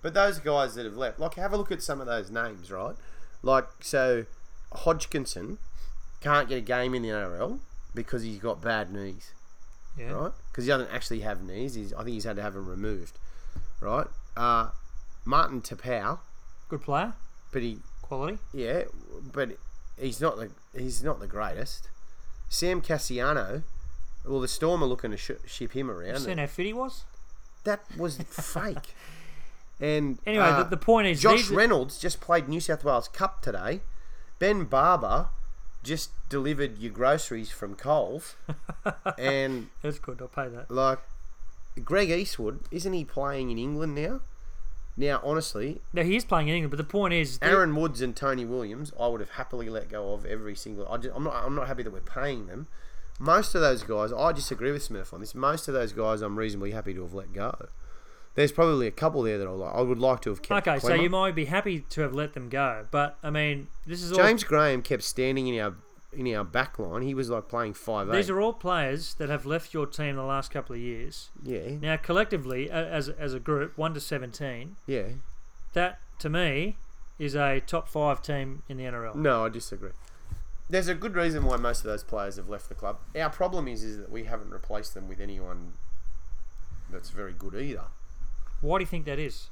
But those guys that have left, like, have a look at some of those names, right? Like, so Hodgkinson can't get a game in the NRL because he's got bad knees, Yeah. right? Because he doesn't actually have knees. He's, I think he's had to have them removed, right? Uh, Martin Tapau, Good player, but he, quality. yeah, but he's not the he's not the greatest. Sam Cassiano, well, the Storm are looking to sh- ship him You around. seen how fit he was. That was fake. And Anyway, uh, the, the point is, Josh these- Reynolds just played New South Wales Cup today. Ben Barber just delivered your groceries from Coles, and that's good. I'll pay that. like Greg Eastwood, isn't he playing in England now? Now, honestly, Now he is playing in England, but the point is, the- Aaron Woods and Tony Williams, I would have happily let go of every single. I am not. I'm not happy that we're paying them. Most of those guys, I disagree with Smurf on this. Most of those guys, I'm reasonably happy to have let go. There's probably a couple there that I like. I would like to have kept. okay, so Clemmer. you might be happy to have let them go, but I mean, this is all James Graham kept standing in our in our back line. He was like playing five eight. these are all players that have left your team the last couple of years. yeah, Now, collectively, a- as as a group, one to seventeen, yeah. that to me is a top five team in the NRL. No, I disagree. There's a good reason why most of those players have left the club. Our problem is is that we haven't replaced them with anyone that's very good either. Why do you think that is?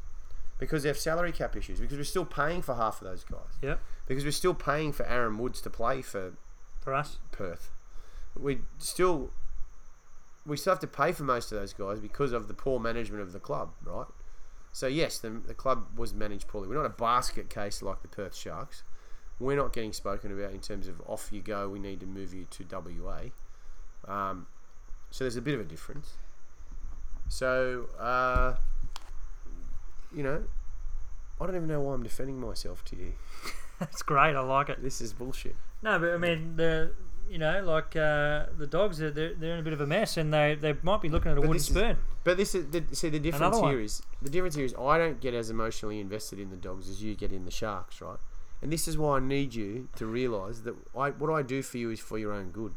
because they have salary cap issues. Because we're still paying for half of those guys. Yep, Because we're still paying for Aaron Woods to play for for us. Perth. We still we still have to pay for most of those guys because of the poor management of the club, right? So yes, the, the club was managed poorly. We're not a basket case like the Perth Sharks. We're not getting spoken about in terms of off you go. We need to move you to WA. Um, so there's a bit of a difference. So uh, you know, I don't even know why I'm defending myself to you. That's great. I like it. This is bullshit. No, but I mean the. You know, like uh, the dogs, are, they're, they're in a bit of a mess, and they, they might be looking at a wooden this is- spoon. But this is the, see the difference Another one. here is the difference here is I don't get as emotionally invested in the dogs as you get in the sharks, right? And this is why I need you to realise that I what I do for you is for your own good,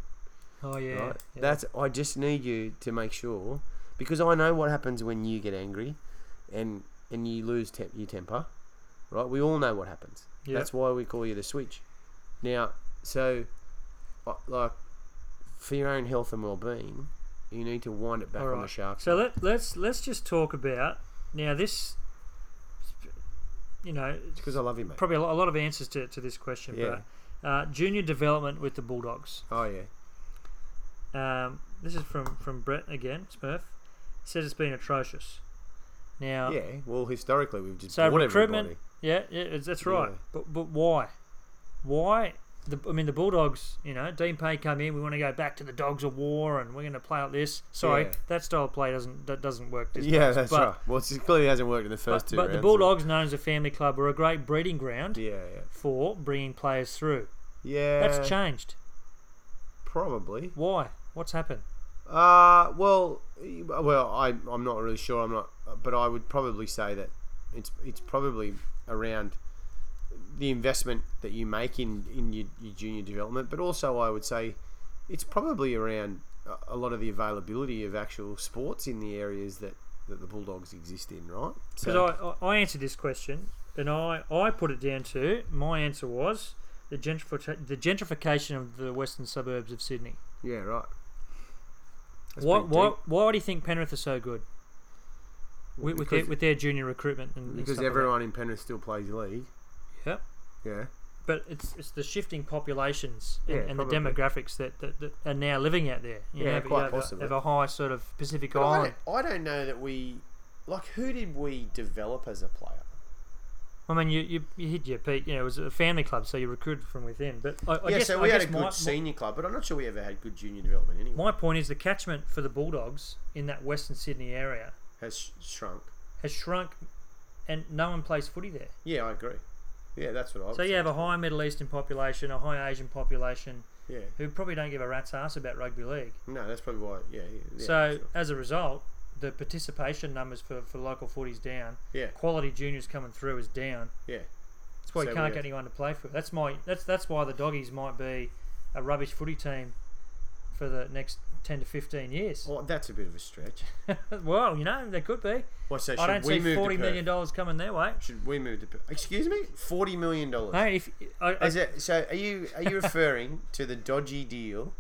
Oh yeah, right? yeah. That's I just need you to make sure because I know what happens when you get angry, and and you lose temp, your temper, right? We all know what happens. Yeah. That's why we call you the switch. Now, so uh, like for your own health and well-being, you need to wind it back All on the right. sharks. So let, let's let's just talk about now this. You know, Because I love you, mate. probably a lo- a lot of answers to, to this question, Yeah. but uh, junior development with the Bulldogs. Oh yeah. Um, this is from, from Brett again, Smurf. He says it's been atrocious. Now, Yeah. Well, historically we've just Uh, so bought recruitment, everybody. yeah, yeah, it's- that's right. Yeah. But but why? Why? The, I mean, the Bulldogs. You know, Dean Pay come in. We want to go back to the Dogs of War, and we're going to play out this. Sorry, Yeah. that style of play doesn't that doesn't work. This Yeah, days. that's but, right. Well, it clearly hasn't worked in the But, first two but rounds. the Bulldogs, known as a family club, were a great breeding ground Yeah, Uh, yeah. for bringing players through. Yeah. That's changed. probably. Why? What's happened? Uh, well, y- well, I, I'm not really sure. I'm not, but I would probably say that it's it's probably around the investment that you make in in your, your junior development, but also I would say it's probably around a- a lot of the availability of actual sports in the areas that, that the Bulldogs exist in, right? Because I, I I answered this question and I, I put it down to my answer was the, gentrifi- the gentrification of the western suburbs of Sydney. Yeah, right. That's Why, pretty why, deep. why do you think Penrith are so good with, with, their, Because- with their junior recruitment? And and Because stuff like that? everyone in Penrith still plays league. Yep. Yeah. But it's it's the shifting populations and, Yeah, and the probably. demographics that, that, that are now living out there. You Yeah, know, but you quite have a- possibly. Have a high sort of Pacific But I, Island. don't, I don't know that we like who did we develop as a player? I, mean, you, you, you hit your peak. You know, it was a family club, so you recruited from within. But I, I yeah, guess so I we had a guess good my, my- senior club, but I'm not sure we ever had good junior development anyway. my point is the catchment for the Bulldogs in that Western Sydney area Has sh- shrunk. has shrunk, and no one plays footy there. Yeah, I agree. Yeah, that's what I. So would you say. have a high Middle Eastern population, a high Asian population, Yeah. who probably don't give a rat's ass about rugby league. No, that's probably why. Yeah. yeah, yeah so sure. as a result, the participation numbers for, for local footy's down. Yeah. Quality juniors coming through is down. Yeah. That's why So you we can't have- get anyone to play for. That's my that's that's why the doggies might be a rubbish footy team for the next ten to fifteen years. Well, that's a bit of a stretch. well, you know, they could be. Well, so I should don't we see move forty to million Perth? dollars coming their way. Should we move to Perth? Excuse me, forty million dollars. Hey, if I, I, Is it, so are you are you referring to the dodgy deal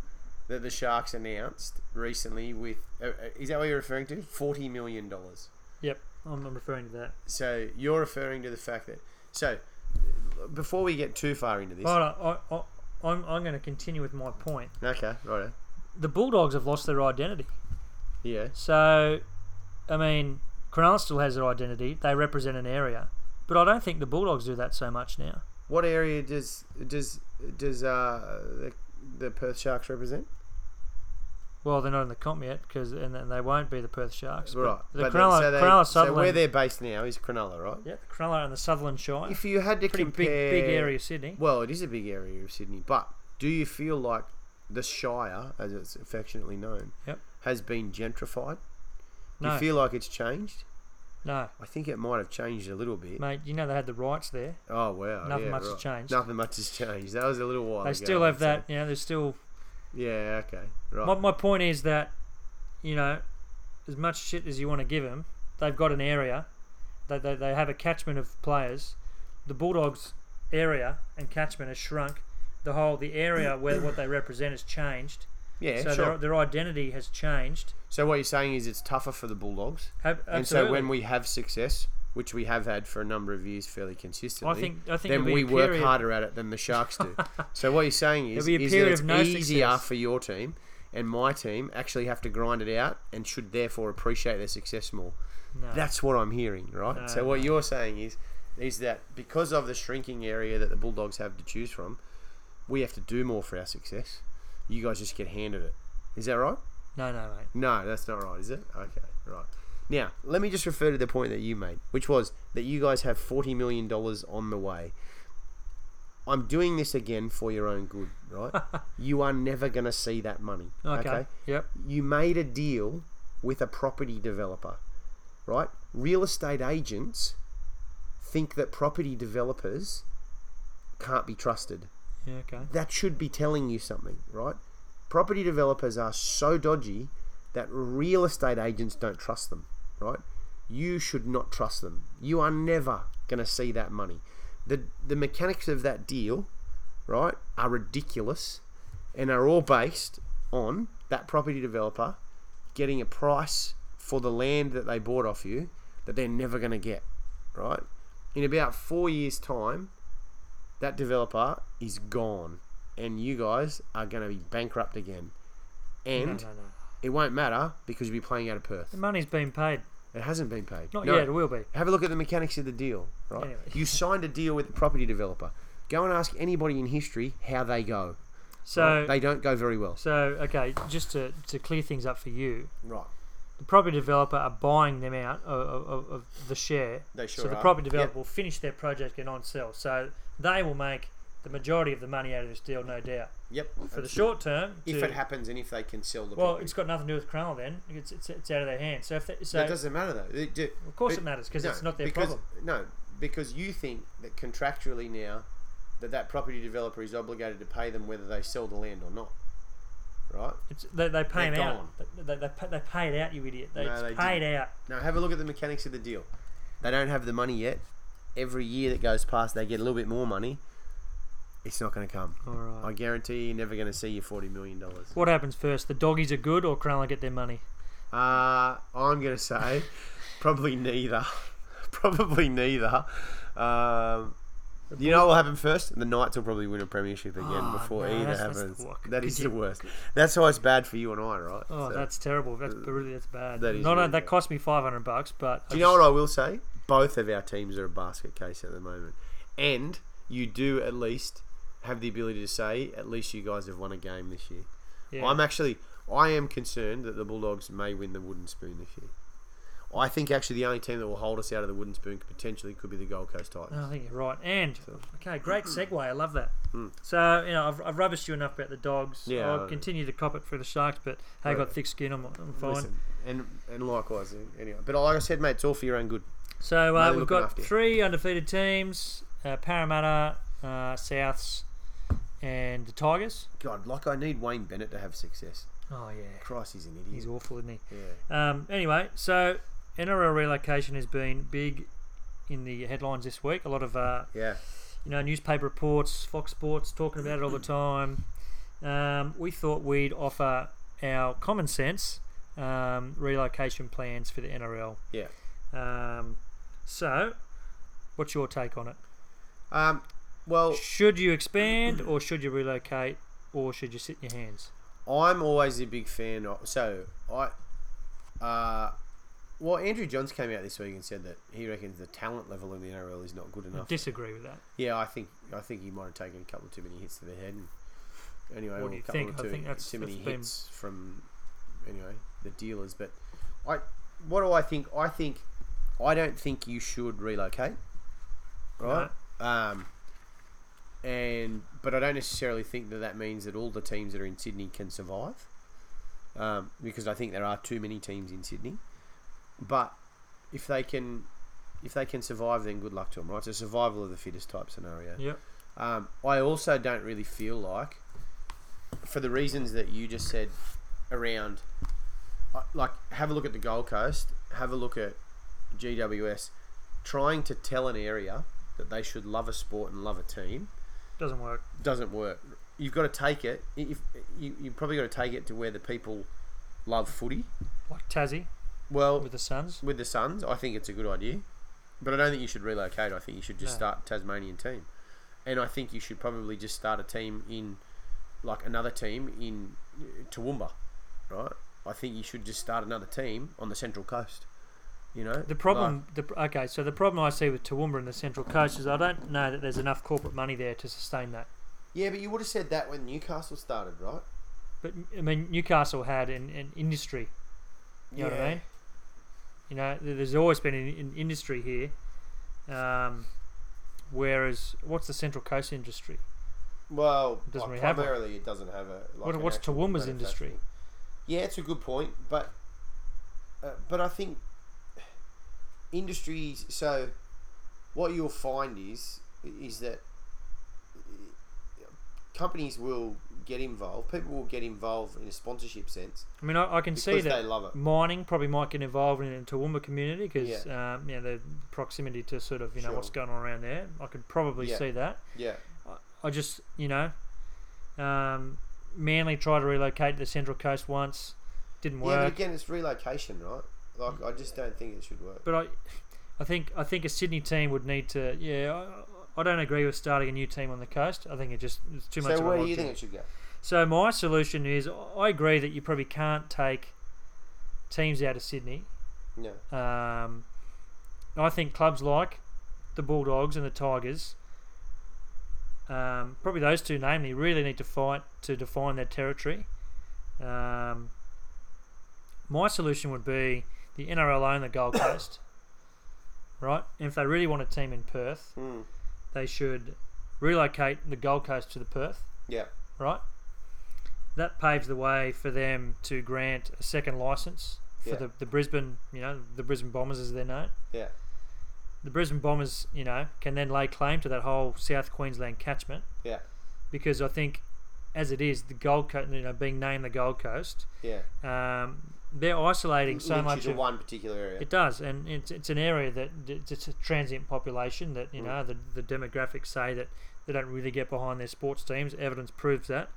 that the Sharks announced recently with? Uh, uh, is that what you're referring to? Forty million dollars. yep, I'm, I'm referring to that. So you're referring to the fact that. So before we get too far into this, But I, I, I, I'm I'm going to continue with my point. okay, right, The Bulldogs have lost their identity. yeah, So, I mean, Cronulla still has their identity. They represent an area, but I don't think the Bulldogs do that so much now. What area does does does uh, the, the Perth Sharks represent? Well, they're not in the comp yet, because and then they won't be the Perth Sharks. but Right, The but then- Cronulla, so, they, Cronulla so where Sutherland. they're based now is Cronulla, right? yeah, the Cronulla and the Sutherland Shire. If you had to Pretty big, compare, big area, Sydney. Well, it is a big area of Sydney, but do you feel like the Shire, as it's affectionately known, Yep. has been gentrified? Do No. you feel like it's changed? No, I think it might have changed a little bit. mate, you know they had the rights there. Oh wow! Nothing yeah, much has right. changed. Nothing much has changed. That was a little while. They ago, still have I'd say. that. You know, there's still. Yeah. Okay. Right. My, my point is that, you know, as much shit as you want to give them, they've got an area. They, they, they have a catchment of players. The Bulldogs' area and catchment has shrunk. The whole the area where what they represent has changed. yeah. so sure. their, their identity has changed. So what you're saying is it's tougher for the Bulldogs, Ab- and so absolutely. when we have success, which we have had for a number of years fairly consistently, I think I think then it'll be we a work period- harder at it than the Sharks do. so what you're saying is, There'll be a is that period it's of no easier success. for your team and my team actually have to grind it out and should therefore appreciate their success more. No. That's what I'm hearing, right? No, so what you're saying is, is that because of the shrinking area that the Bulldogs have to choose from, we have to do more for our success. You guys just get handed it. Is that right? no, no, mate. No, that's not right, is it? Okay, right. Now, let me just refer to the point that you made, which was that you guys have $40 million on the way. I'm doing this again for your own good, right? you are never going to see that money. Okay. Yep. You made a deal with a property developer, right? Real estate agents think that property developers can't be trusted Yeah. Okay. that should be telling you something, right? Property developers are so dodgy that real estate agents don't trust them, right? You should not trust them. You are never going to see that money. The the mechanics of that deal, right, are ridiculous and are all based on that property developer getting a price for the land that they bought off you that they're never going to get, right? In about 4 years time, that developer is gone and you guys are going to be bankrupt again. No, no, And no. it won't matter because you'll be playing out of Perth. The money's been paid. It hasn't been paid. Not No. yet. It will be. Have a look at the mechanics of the deal, right? Anyway. You signed a deal with a property developer. Go and ask anybody in history how they go. So. right? They don't go very well. so okay, just to, to clear things up for you, Right. the property developer are buying them out of, of, of the share. They sure so the are. property developer Yep. will finish their project and on sell. So they will make the majority of the money out of this deal, no doubt. Yep. For the short term, If to- it happens and if they can sell the well, property. it's got nothing to do with Cronulla then. It's, it's, it's out of their hands. So if they, so that doesn't matter though. It- it- of course but- it matters because no, it's not their because, problem. No, because you think that contractually now that that property developer is obligated to pay them whether they sell the land or not. Right? It's, they, they pay They're them out. gone. They, they, they, pay, they pay it out, you idiot. They, No, it's they paid out. Now have a look at the mechanics of the deal. They don't have the money yet. every year that goes past, they get a little bit more money. It's not going to come. All I right. guarantee you're never going to see your forty million dollars. What happens first? The doggies are good, or Cronulla get their money? Uh, I'm going to say probably neither. probably neither. Um, you know what will happen first? The Knights will probably win a premiership again Oh, before no, either that's- that's the happens. worst. That is Could the worst. That's why it's bad for you and I, right? Oh, So- that's terrible. That's really that's bad. that is Not really only- that bad. cost me five hundred bucks, but Do you know what I will say? Both of our teams are a basket case at the moment, and you do at least have the ability to say at least you guys have won a game this year. Yeah. I'm actually I am concerned that the Bulldogs may win the wooden spoon this year. I think actually the only team that will hold us out of the wooden spoon potentially could be the Gold Coast Titans. I think you're Oh, right. And okay, great Mm-hmm. segue. I love that. So you know, I've, I've rubbished you enough about the dogs. Mm. Yeah, I'll I- continue to cop it for the sharks, but hey, I've got thick skin. I'm, I'm fine. Listen, and and likewise anyway. But like I said, mate, it's all for your own good. So uh, No, we've look got after you. three undefeated teams: uh, Parramatta, uh, Souths, and the Tigers. God, like I need Wayne Bennett to have success. Oh yeah, Christ, he's an he's idiot. awful, isn't he? Yeah. Um, anyway, so NRL relocation has been big in the headlines this week. A lot of uh, Yeah. you know newspaper reports, Fox Sports talking about it all the time. Um, we thought we'd offer our common sense um, relocation plans for the NRL. Yeah. Um, so, what's your take on it? Um, well, Should you expand, or should you relocate, or should you sit in your hands? I'm always a big fan of. So I, uh, well, Andrew Johns came out this week and said that he reckons the talent level in the NRL is not good I enough. disagree with that. Yeah, I think I think he might have taken a couple too many hits to the head. And, anyway, What or do a you couple think? of I too, think that's- too many that's been- hits from anyway the dealers. But I, what do I think? I think I don't think you should relocate, right? Um, and but I don't necessarily think that that means that all the teams that are in Sydney can survive, um, because I think there are too many teams in Sydney. But if they can, if they can survive, then good luck to them, right? It's a survival of the fittest type scenario. Yep. Um, I also don't really feel like, for the reasons that you just said around, I- like, have a look at the Gold Coast, have a look at GWS, trying to tell an area that they should love a sport and love a team Doesn't work. doesn't work. You've got to take it, if, you, you've probably got to take it to where the people love footy. Like Tassie Well, with the Suns. with the Suns, I think it's a good idea, but I don't think you should relocate. I think you should just No. start a Tasmanian team, and I think you should probably just start a team in like another team in uh, Toowoomba, right? I think you should just start another team on the Central Coast. You know The problem, the, pr- okay, so the problem I see with Toowoomba and the Central Coast is I don't know that there's enough corporate money there to sustain that. yeah, but you would have said that when Newcastle started, right? But I mean, Newcastle had an, an industry. You know what I Yeah. mean? You know, th- there's always been an, an industry here. Um, whereas, what's the Central Coast industry? Well, It doesn't like, really have one. primarily it doesn't have a. Like What- an what's actual Toowoomba's industry? manufacturing. Yeah, it's a good point, but uh, but I think industries. So what you'll find is is that companies will get involved. People will get involved in a sponsorship sense I mean, I, I can see because they that love it. mining probably might get involved in the Toowoomba community because um, you know the proximity to sort of you know what's Sure. going on around there. I could probably Yeah. see that. Yeah, I just, you know, um, Manly tried to relocate to the Central Coast once, didn't yeah. But work. again, it's relocation, right? Like I just don't think it should work. but I, I think I think a Sydney team would need to. Yeah, I, I don't agree with starting a new team on the coast. I think it just it's too much. So of a where do you logjam. think it should go? So my solution is, I agree that you probably can't take teams out of Sydney. No. Um, I think clubs like the Bulldogs and the Tigers, um, probably those two namely, really need to fight to define their territory. Um, my solution would be the NRL own the Gold Coast, right? And if they really want a team in Perth, Hmm. they should relocate the Gold Coast to the Perth, Yeah. right? That paves the way for them to grant a second license for Yeah. the, the Brisbane, you know, the Brisbane Bombers as they're known Yeah. the Brisbane Bombers, you know, can then lay claim to that whole South Queensland catchment Yeah. because I think, as it is, the Gold Coast, you know, being named the Gold Coast, Yeah. um, they're isolating so Lynch much. is a of- one particular area. It does, and it's, it's an area that it's, it's a transient population that you know the, the demographics say that they don't really get behind their sports teams. Evidence proves that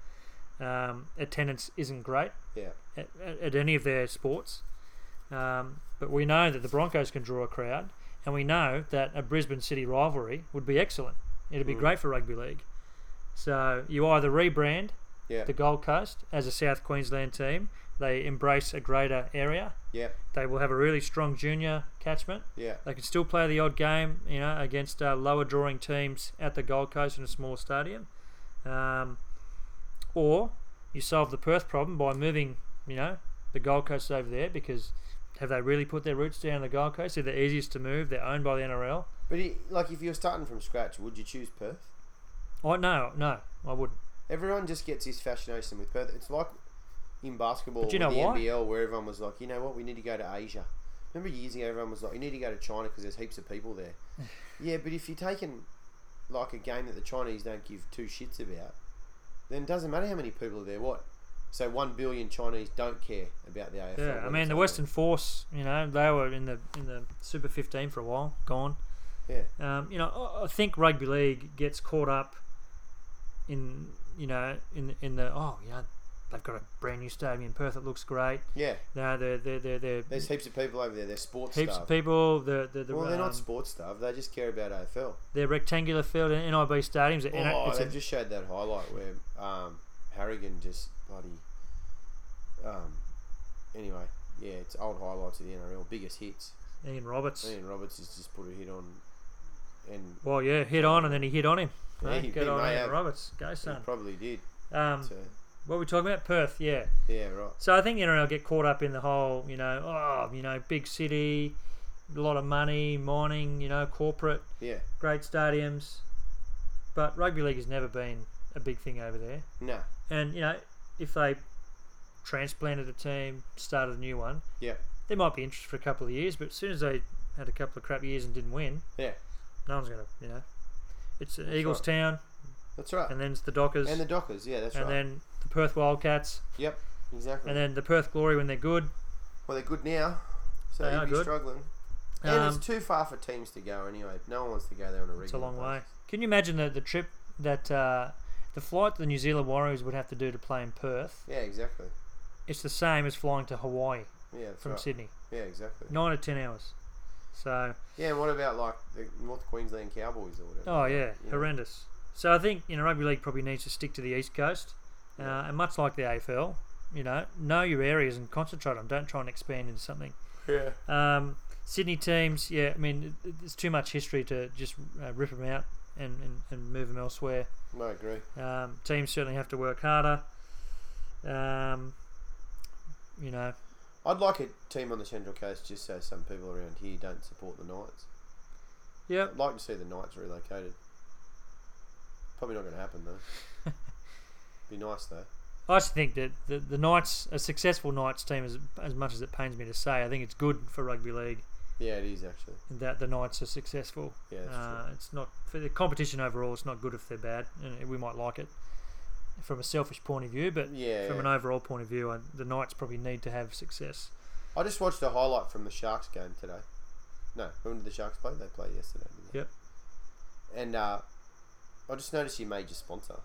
um, attendance isn't great yeah, at, at, at any of their sports, um, but we know that the Broncos can draw a crowd, and we know that a Brisbane City rivalry would be excellent. It'd be great for rugby league. So you either rebrand yeah, the Gold Coast as a South Queensland team, they embrace a greater area yeah, they will have a really strong junior catchment. yeah. They can still play the odd game, you know, against uh, lower drawing teams at the Gold Coast in a small stadium. Um, or you solve the Perth problem by moving, you know, the Gold Coast over there because have they really put their roots down in the Gold Coast? They're the easiest to move. They're owned by the NRL. But it, like, if you're starting from scratch, would you choose Perth? Oh no, no, I wouldn't. Everyone just gets this fascination with Perth. It's like in basketball, But you with know why? the NBL, where everyone was like, you know what, we need to go to Asia. Remember years ago, everyone was like, you need to go to China because there's heaps of people there. yeah, but if you're taking like a game that the Chinese don't give two shits about, then it doesn't matter how many people are there. What? So one billion Chinese don't care about the AFL. when Yeah, I it's mean the over. Western Force, you know, they were in the in the Super 15 for a while, gone. Yeah, Um, you know, I- I think rugby league gets caught up in you know in in the oh you know they've got a brand new stadium in Perth. It looks great. yeah. No, they're they're they're, they're There's heaps of people over there. They're sports heaps starved. of people. The the, the well, they're um, not sports starved. They just care about AFL. their rectangular field uh, and NIB stadiums. are- and Oh, it's they a- have just showed that highlight where um, Harrigan just bloody. Um, anyway, yeah, it's old highlights of the NRL. Biggest hits. Ian Roberts. Ian Roberts has just put a hit on, and Well, yeah, hit on and then he hit on him. Yeah, Hey, he- good he on may Ian have. Roberts. Go he son. probably did. Um, So what were we talking about? Perth. Yeah. yeah, right. So I think the NRL get caught up in the whole, you know, oh, you know, big city, a lot of money, mining, you know, corporate. Yeah, great stadiums, but rugby league has never been a big thing over there. no, And you know, if they transplanted a team, started a new one, yeah, there might be interest for a couple of years. But as soon as they had a couple of crap years and didn't win, yeah. no one's gonna, you know, it's Eagles right. Town, That's right. and And, then it's the Dockers, the Dockers. Yeah, that's and right. then the Perth Wildcats, yep, exactly. and then the Perth Glory when they're good. well, they're good now, so They you'd are be good. struggling. And Um, it's too far for teams to go anyway. No one wants to go there on a regular. It's a long way. basis. Can you imagine the the trip that uh, the flight the New Zealand Warriors would have to do to play in Perth? Yeah, exactly. It's the same as flying to Hawaii Yeah, that's from right. Sydney. Yeah, exactly. Nine to ten hours. So, Yeah, and what about like the North Queensland Cowboys or whatever? oh yeah, Yeah. horrendous. So I think you know rugby league probably needs to stick to the east coast, uh, and much like the AFL, you know, know your areas and concentrate on. 'em. Don't try and expand into something. Yeah. Um, Sydney teams, yeah, I mean, th- there's too much history to just uh, rip them out and, and, and move them elsewhere. No, I agree. Um, teams certainly have to work harder. Um, you know, I'd like a team on the Central Coast just so some people around here don't support the Knights. yeah, I'd like to see the Knights relocated. Probably not going to happen though. Be nice though. I just think that the, the Knights, a successful Knights team, as, as much as it pains me to say, I think it's good for rugby league Yeah, it is actually. that the Knights are successful. Yeah, that's uh, It's not for the competition overall. It's not good if they're bad, and we might like it from a selfish point of view, but true. Yeah. from an yeah. overall point of view, I, the Knights probably need to have success. I just watched a highlight from the Sharks game today. No, when did the Sharks play? They played yesterday. Didn't they? Yep. And uh, I just noticed your major sponsor,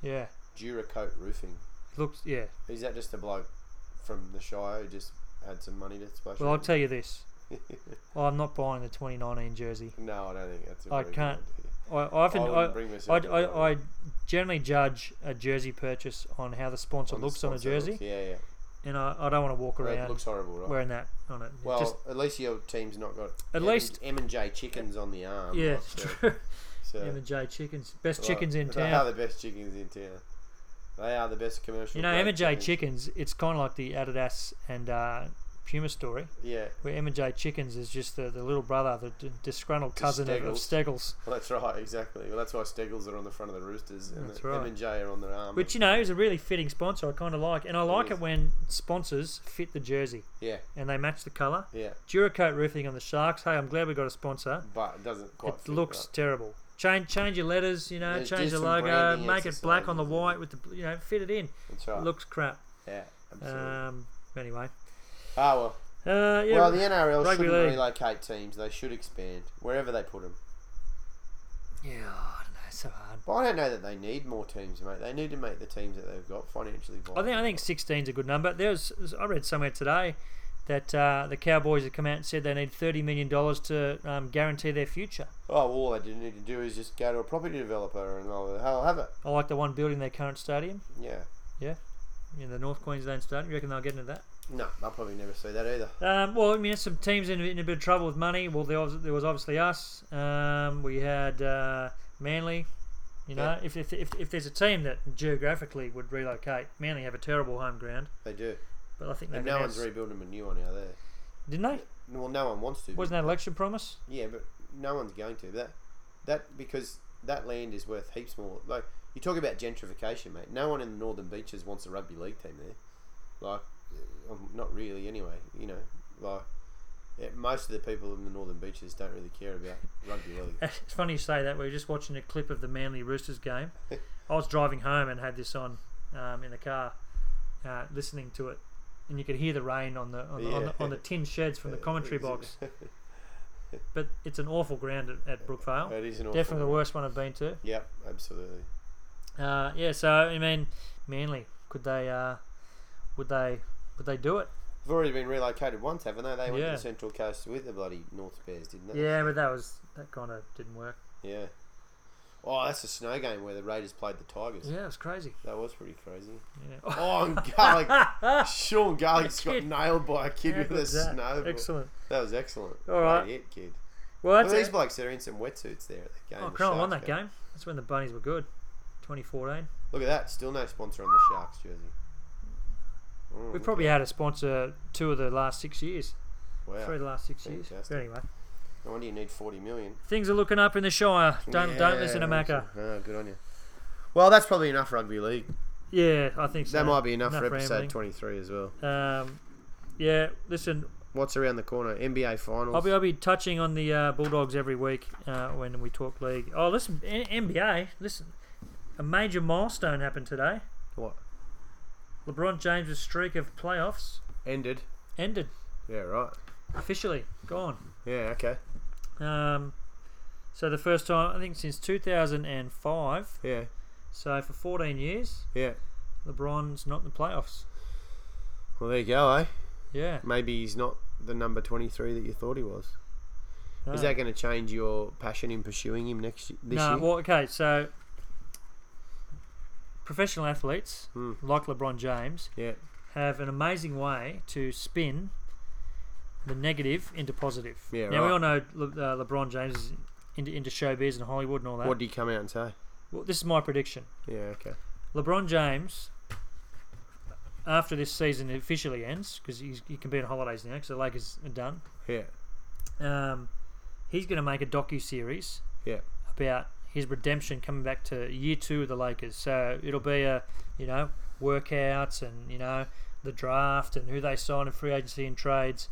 Yeah, Duracoat Roofing. looks yeah. Is that just a bloke from the Shire who just had some money to splash? Well, I'll around? tell you this: I'm not buying the 2019 jersey. no, I don't think that's. A I very good can't- idea. I, I often I wouldn't I, bring I, myself to buy I, I one. generally judge a jersey purchase on how the sponsor On the looks on a sponsor jersey. looks- Yeah, yeah. and I, I don't want to walk Well, around It looks horrible, right? wearing that on it. well, Just- at least your team's not got At least- M and J chickens on the arm. yeah, like, it's so- true. so- M and J chickens, best Well, chickens in They are town. the best chickens in town. They are the best commercial. You know, grade M and J chickens. chickens. It's kind of like the Adidas and uh, Puma story, Yeah, where M and J chickens is just the, the little brother, the d- disgruntled cousin of, of Steggles, well, that's right, exactly. Well, that's why Steggles are on the front of the Roosters, and That's the right. M and J are on their arm. which you know is a really fitting sponsor. I kind of like, and I like Mm. is. it when sponsors fit the jersey yeah, and they match the colour. yeah, Duracoat roofing on the Sharks. Hey, I'm glad we got a sponsor. but it doesn't quite. It fit, looks terrible. Change change your letters, you know, There's change just the some logo, branding make it black on the exercises. white with the bl- you know, fit it in. right. That's right. Looks crap. yeah, absolutely. Um, anyway, Ah well. Uh, yeah, well, the NRL rugby shouldn't league. relocate teams. They should expand wherever they put them. yeah, I don't know, it's so hard. But I don't know that they need more teams, mate. They need to make the teams that they've got financially viable. I think I think 16's a good number. There's I read somewhere today that uh, the Cowboys have come out and said they need thirty million dollars to um, guarantee their future. Oh, well, all they didn't need to do is just go to a property developer and they'll they'll have it. I like the one building their current stadium, Yeah. in the North Queensland Stadium. You reckon they'll get into that? No, I'll probably never see that either. Um, well, I mean, there's some teams in, in a bit of trouble with money. Well, there was, there was obviously us. Um, we had uh, Manly. You know, Yeah. if, if, if, if there's a team that geographically would relocate, Manly have a terrible home ground. They do. But I think they And no one's rebuilding a new one out there. didn't they? Well, no one wants to. Wasn't that election promise? Yeah, but no one's going to that. That because that land is worth heaps more. Like you talk about gentrification, mate. No one in the Northern Beaches wants a rugby league team there. Like, eh, um, not really. Anyway, you know, like yeah, most of the people in the Northern Beaches don't really care about rugby league. It's funny you say that. We were just watching a clip of the Manly Roosters game. I was driving home and had this on um, in the car, uh, listening to it, and you could hear the rain on the on, the, on, the, Yeah. on the tin sheds from the commentary box. But it's an awful ground at, at Brookvale. It is an awful Oh, Definitely the one. worst one I've been to. Yep, absolutely. Uh, yeah, so I mean, Manly, could they? Uh, would they? Would they do it? They've already been relocated once, haven't they? They went to Yeah. the Central Coast with the bloody North Bears, didn't they? Yeah, but that was that kind of didn't work. Yeah. Oh, that's a snow game where the Raiders played the Tigers. Yeah, it was crazy. That was pretty crazy. Yeah. Oh, and Garlic. Sean Garlic's That got kid. nailed by a kid How with a good's that? snowball. Excellent. That was excellent. All right. Great hit, kid. Well, Well, that's these it. blokes that are in some wetsuits there at that game. Oh, the Cronulla won that Sharks game. That's when the Bunnies were good. 2014. Look at that. Still no sponsor on the Sharks jersey. Mm, We've probably had a sponsor two of the last six years. wow. Three of the last six years. Fantastic. But anyway, No wonder you need 40 million. things are looking up in the Shire. Don't don't listen to Yeah, Macca. Oh, good on you. Well, that's probably enough rugby league. Yeah, I think so. That might be enough, for episode rambling. 23 as well. Um, yeah, listen, What's around the corner? NBA finals. I'll be, I'll be touching on the uh, Bulldogs every week uh, when we talk league. Oh, listen, N- NBA, listen, a major milestone happened today. what? LeBron James' streak of playoffs Ended. ended Yeah, right. officially, gone. Yeah, okay. Um, so the first time I think since 2005, Yeah, so for 14 years, yeah. LeBron's not in the playoffs. Well, there you go, eh? Yeah, Maybe he's not the number 23 that you thought he was. no. Is that going to change your passion in pursuing him next y- this no? year? Well, okay, so professional athletes Hmm. like LeBron James Yeah, have an amazing way to spin the negative into positive. Yeah, now we right. all know Le- uh, LeBron James is into into showbiz and Hollywood and all that. What do you come out and say? Well, this is my prediction. Yeah, okay. LeBron James, after this season officially ends, because he can be on holidays now, because the Lakers are done. Yeah, Um, he's going to make a docu series yeah, about his redemption coming back to year two of the Lakers. So it'll be a you know workouts and you know the draft and who they sign in free agency and trades.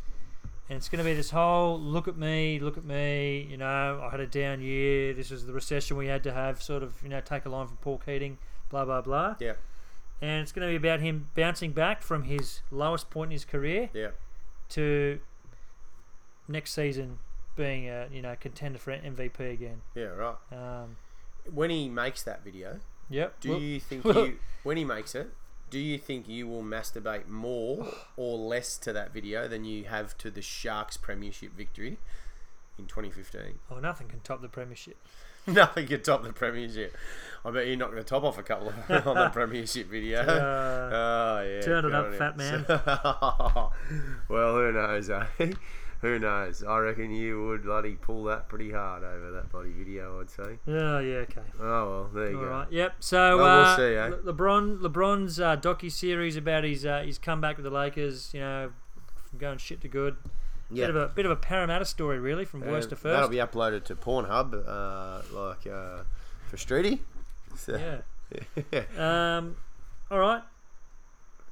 And it's going to be this whole look at me, look at me. You know, I had a down year. This is the recession we had to have. Sort of, you know, take a line from Paul Keating. Blah blah blah yeah, and it's going to be about him bouncing back from his lowest point in his career yeah. to next season being a you know contender for MVP again. Yeah, right. Um, When he makes that video, yep. do Well, you think well- you when he makes it, do you think you will masturbate more or less to that video than you have to the Sharks premiership victory in 2015? Oh, nothing can top the premiership. Nothing could top the premiership. I bet you're not going to top off a couple of on the premiership video. Uh, Oh yeah, Turn it go up, on fat man. well, who knows, eh? Who knows? I reckon you would bloody pull that pretty hard over that bloody video. I'd say. oh yeah. Okay. Oh well, there you All go. right. Yep. So Well, we'll uh, see, eh? Le- LeBron LeBron's uh, docu series about his uh, his comeback with the Lakers. You know, from going shit to good. Yeah. Bit of a bit of a Parramatta story, really, from worst Um, to That'll first. be uploaded to Pornhub, uh, like uh, for Streety. So, yeah. Very Um, all right.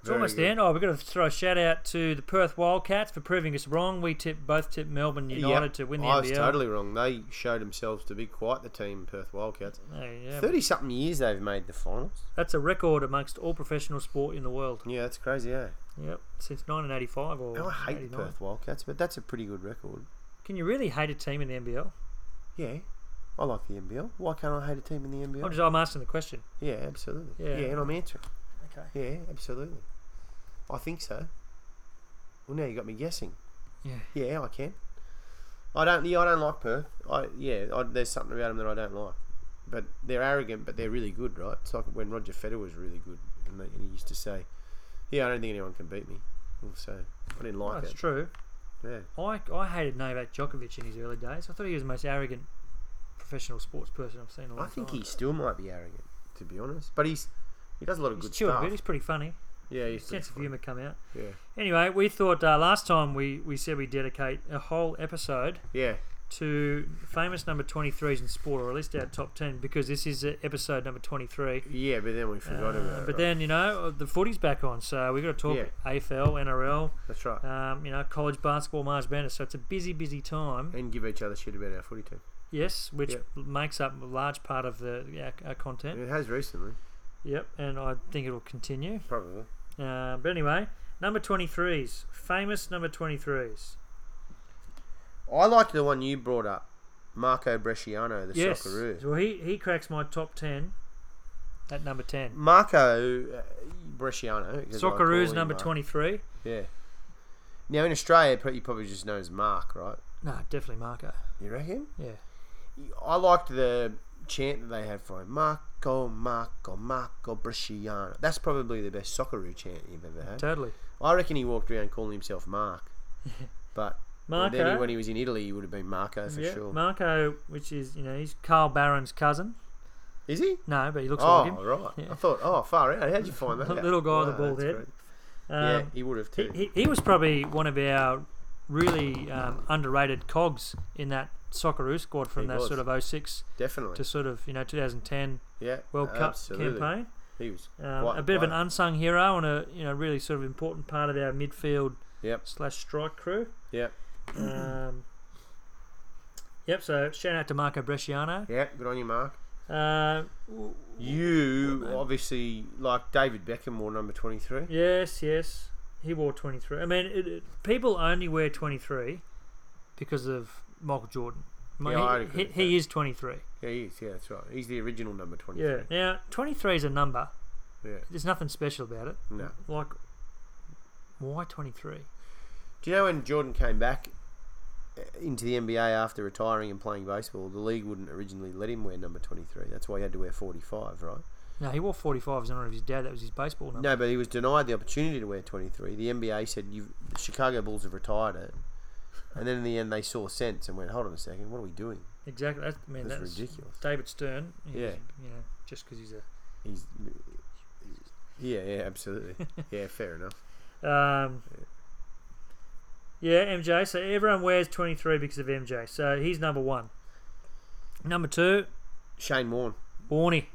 It's almost the good. end. Oh, we've got to throw a shout out to the Perth Wildcats for proving us wrong. We tipped both tipped Melbourne United Yep, to win the I NBL. was totally wrong. They showed themselves to be quite the team, Perth Wildcats. Hey, yeah. Thirty something years they've made the finals. That's a record amongst all professional sport in the world. Yeah, that's crazy, eh? Yep, since 1985 or Oh, I hate 89. the Perth Wildcats, but that's a pretty good record. Can you really hate a team in the NBL? Yeah, I like the NBL. Why can't I hate a team in the NBL? I'm just I'm asking the question. Yeah, absolutely. Yeah. Yeah. and I'm answering. Okay. Yeah, absolutely. I think so. Well, now you got me guessing. Yeah. Yeah, I can. I don't. Yeah, I don't like Perth. I yeah. I, there's something about them that I don't like. But they're arrogant, but they're really good, right? It's like when Roger Federer was really good, and, they, and he used to say, "Yeah, I don't think anyone can beat me." Well, So I didn't like That's it. true. Yeah. I, I hated Novak Djokovic in his early days. I thought he was the most arrogant professional sports person I've seen in a long I think time. he still might be arrogant, to be honest. But he's he does a lot of he's good chilled a stuff. bit. He's pretty funny. Yeah, he's His sense of pretty humour come out. funny. Anyway, we thought uh, last time we, we said we dedicate a whole episode Yeah, yeah. to famous number 23s in sport, or at least our top 10, because this is uh, episode number 23. Yeah, but then we forgot Uh, about but it. right? then, you know, uh, the footy's back on, so we've got to talk Yeah. AFL, NRL, that's right. um, you know, college basketball, March Madness. So it's a busy, busy time. and give each other shit about our footy team. Yes, which Yep. makes up a large part of the our, our content. It has recently, Yep, and I think it'll continue. probably. Uh, but anyway, number 23s, famous number 23s. I liked the one you brought up, Marco Bresciano, the yes, Socceroo. well he he cracks my top 10 at number 10. Marco uh, Bresciano. because I call Socceroo's him number Mark. 23. Yeah. Now in Australia, you probably just known as Mark, right? No, definitely Marco. You reckon? Yeah, I liked the chant that they had for him, Marco, Marco, Marco Bresciano. That's probably the best Socceroo chant you've ever had. totally. I reckon he walked around calling himself Mark, but Marco. then he- when he was in Italy, he would have been Marco for yeah, sure. Marco, which is you know he's Carl Barron's cousin. Is he? No, but he looks Oh, like him. right. Yeah. I thought, oh, far out. How'd you find that? out? Little guy with a Wow, bald that's head. great. Um, yeah, he would have he, too. he, he was probably one of our really um, underrated cogs in that Socceroo squad from He that was. sort of 06 Definitely. to sort of you know 2010 yeah. World Cup absolutely. campaign. He was Um, quite a bit of an player. unsung hero and a you know really sort of important part of our midfield Yep. slash strike crew. Yep. Um, yep. So shout out to Marco Bresciano. Yep. Good on you, Mark. Uh, w- You obviously like David Beckham wore number twenty three. yes, yes. He wore 23. I mean, it, it, people only wear 23 because of Michael Jordan. I mean, Yeah, I'd he, agree he, with he is 23. Yeah, he is. Yeah, that's right. He's the original number twenty Yeah. three. Now, 23 is a number. Yeah. There's nothing special about it. No. Like, why 23? Do you know when Jordan came back uh, into the NBA after retiring and playing baseball, the league wouldn't originally let him wear number twenty three. That's why he had to wear forty five, right? No, he wore 45 in honor of his dad. That was his baseball number. No, but he was denied the opportunity to wear 23. The NBA said, "You, the Chicago Bulls have retired it," and then in the end, they saw sense and went, "Hold on a second, what are we doing?" Exactly. That's, man, That's that's, ridiculous. David Stern. he Yeah. was, You know, just because he's a He's, yeah, yeah, absolutely, yeah, fair enough. Um, yeah, MJ. So everyone wears 23 because of MJ. So he's number one. Number two, Shane Warne, Warney.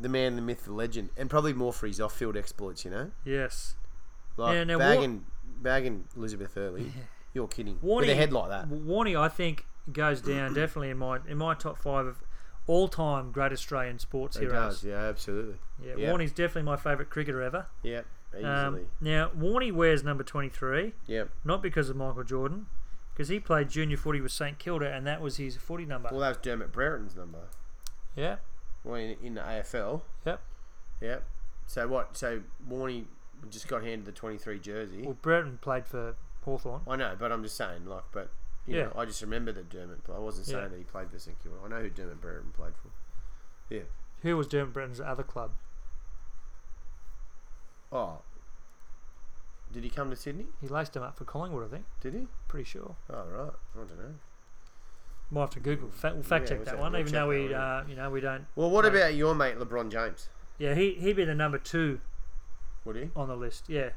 the man, the myth, the legend, and probably more for his off-field exploits, you know, Yes. like Yeah, now bagging, bagging Elizabeth Early. You're kidding. With Warney- a head like that, Warney, I think, goes down definitely in my in my top five of all time great Australian sports he heroes. does. Yeah, absolutely. Yeah, Yeah. Warney's definitely my favourite cricketer ever. Yeah, easily. Um, now, Warney wears number 23, yeah. not because of Michael Jordan, because he played junior footy with St Kilda, and that was his footy number. Well, that was Dermot Brereton's number. yeah, Well, in, in the AFL. yep. Yep. So what? So Warney just got handed the 23 jersey. Well, Brereton played for Hawthorn. I know, but I'm just saying, like, but you Yeah. know, I just remember that Dermot. I wasn't saying Yeah. that he played for St Kilda. I know who Dermot Brereton played for. Yeah. Who was Dermot Brereton's other club? Oh. Did he come to Sydney? He laced him up for Collingwood, I think. Did he? Pretty sure. Oh right. I don't know. Might have to Google. Fa- we'll fact Yeah, check we'll that check- one, we'll even check though that we, one, uh, you know, we don't. Well, what about your mate LeBron James? Yeah, he he'd be the number two Would he? on the list. Yeah,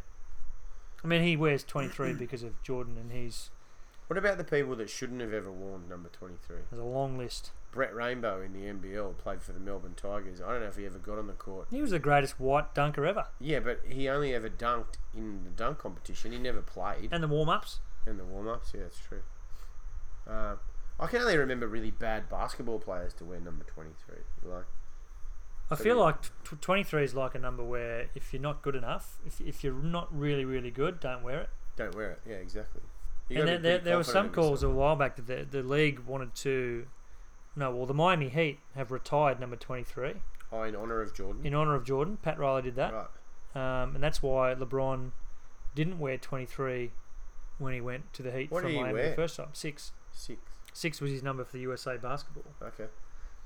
I mean he wears twenty three because of Jordan, and he's What about the people that shouldn't have ever worn number 23? there's a long list. Brett Rainbow in the NBL played for the Melbourne Tigers. I don't know if he ever got on the court. He was the greatest white dunker ever, Yeah, but he only ever dunked in the dunk competition. He never played. and the warm ups. And the warm ups, yeah, that's true. Uh, I can only remember really bad basketball players to wear number 23. Like, I feel like t- 23 is like a number where if you're not good enough, if, if you're not really, really good, don't wear it. Don't wear it. Yeah, exactly. and You gotta there, be there, pretty there were some confident in calls a yourself. while back that the, the league wanted to. No, well, the Miami Heat have retired number 23 Oh, in honor of Jordan. in honour of Jordan. Pat Riley did that. right. Um, and that's why LeBron didn't wear 23 when he went to the Heat What from did he Miami the wear? first time. Six. Six. Six was his number for the USA basketball. Okay.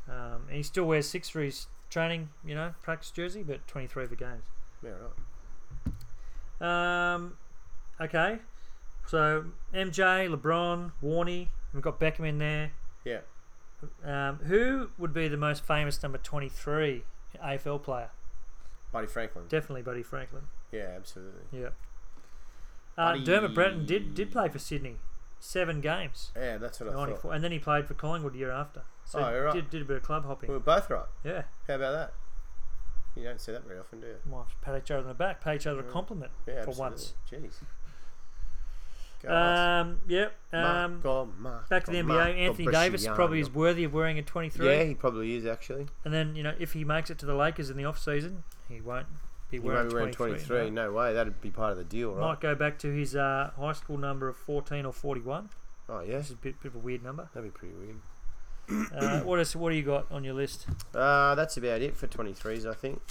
Um, and he still wears six for his training, you know, practice jersey, but 23 for games. Yeah, right. Um, okay. So MJ, LeBron, Warney, we've got Beckham in there. Yeah. Um, who would be the most famous number 23 AFL player? Buddy Franklin. Definitely Buddy Franklin. yeah, absolutely. Yeah. Uh, Buddy- Dermot Breton did, did play for Sydney. Seven games. Yeah, that's what I thought. 94. And then he played for Collingwood year after. So Oh, right. did, did a bit of club We hopping. were both right. Yeah. How about that? You don't see that very often, do you? Might have to pat each other on the back, pay each other a compliment Yeah, for absolutely. once. Jeez. Go Hawks. Um, yep. Um, Marco, Marco, Back to the NBA, Marco Anthony Davis probably is Bresciano. worthy of wearing a 23. Yeah, he probably is actually. And then, you know, if he makes it to the Lakers in the offseason, he won't be He won't wearing, be wearing 23. 23. no. No way. That'd be part of the deal, right? Might go back to his uh, high school number of 14 or 41, Oh, yeah. which is a bit, bit of a weird number. That'd be pretty weird. Uh, what, is, what do you got on your list? Uh, that's about it for 23s, I think.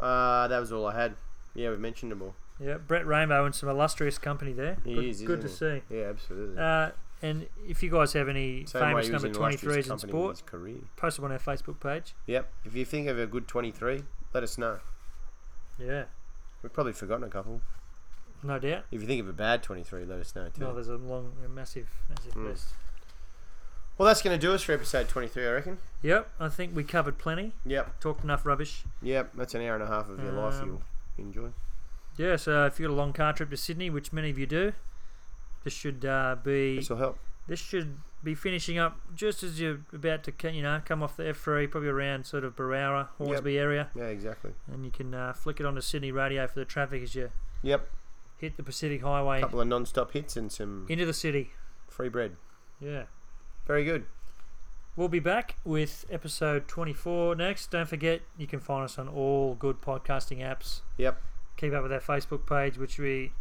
Uh, that was all I had. Yeah, we mentioned them all. Yeah, Brett Rainbow and some illustrious company there. He good is, good to isn't see. Yeah, absolutely. Uh, and if you guys have any Same way famous he was number in illustrious 23s in company with sport, his career. post them on our Facebook page. Yep. If you think of a good 23, let us know. Yeah, We've probably forgotten a couple. no doubt. If you think of a bad 23, let us know too. No, there's a long, a massive, massive Mm. list. Well, that's going to do us for episode 23, I reckon. Yep, I think we covered plenty. Yep. Talked enough rubbish. Yep. That's an hour and a half of your life Um, you'll enjoy. Yeah, so if you got a long car trip to Sydney, which many of you do, this should uh, be This will help. this should be finishing up just as you're about to ca- you know come off the F3, probably around sort of Barara, Hornsby area, Yeah, exactly. and you can uh, flick it onto Sydney radio for the traffic as you Yep. hit the Pacific A Highway couple of non stop hits and some into the city. free bread. Yeah, Very good. we'll be back with episode 24 next. Don't forget you can find us on all good podcasting apps. Yep. Keep up with our Facebook page, which we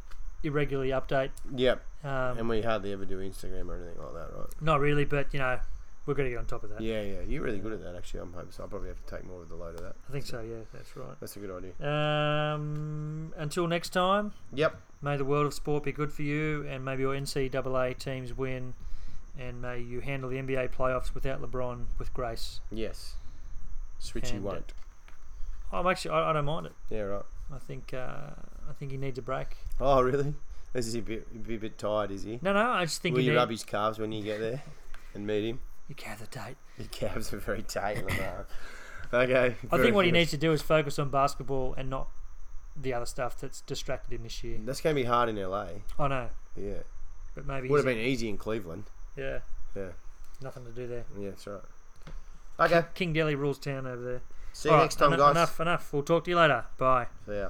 irregularly update. Yep. Um, and we hardly ever do Instagram or anything like that, right? Not really, but you know, we're going to get on top of that. Yeah, yeah. You're really good at that, actually. I'm hoping so. I'll probably have to take more of the load of that. I think so. Yeah, that's right. That's a good idea. Um, until next time, Yep. may the world of sport be good for you, and maybe your NCAA teams win, and may you handle the NBA playoffs without LeBron with grace. Yes. Switchy And, uh, won't. I'm actually, I, I don't mind it. Yeah, right. I think, uh, I think he needs a break. Oh, really? Is he a bit, a bit- bit tired, is he? No, no, I just think Will he you need, rub his calves when you get there and meet him? you gather date. His calves are very tight. in the back. okay. I very think what he good. needs to do is focus on basketball and not the other stuff that's distracted him this year. That's going to be hard in LA. I know, Yeah. but maybe Would he's have been easy in Cleveland. yeah, Yeah. nothing to do there. Yeah, that's right. Okay. King Delhi rules town over there. See you All right, next time, eno- guys. Enough, enough. We'll talk to you later. Bye. See ya.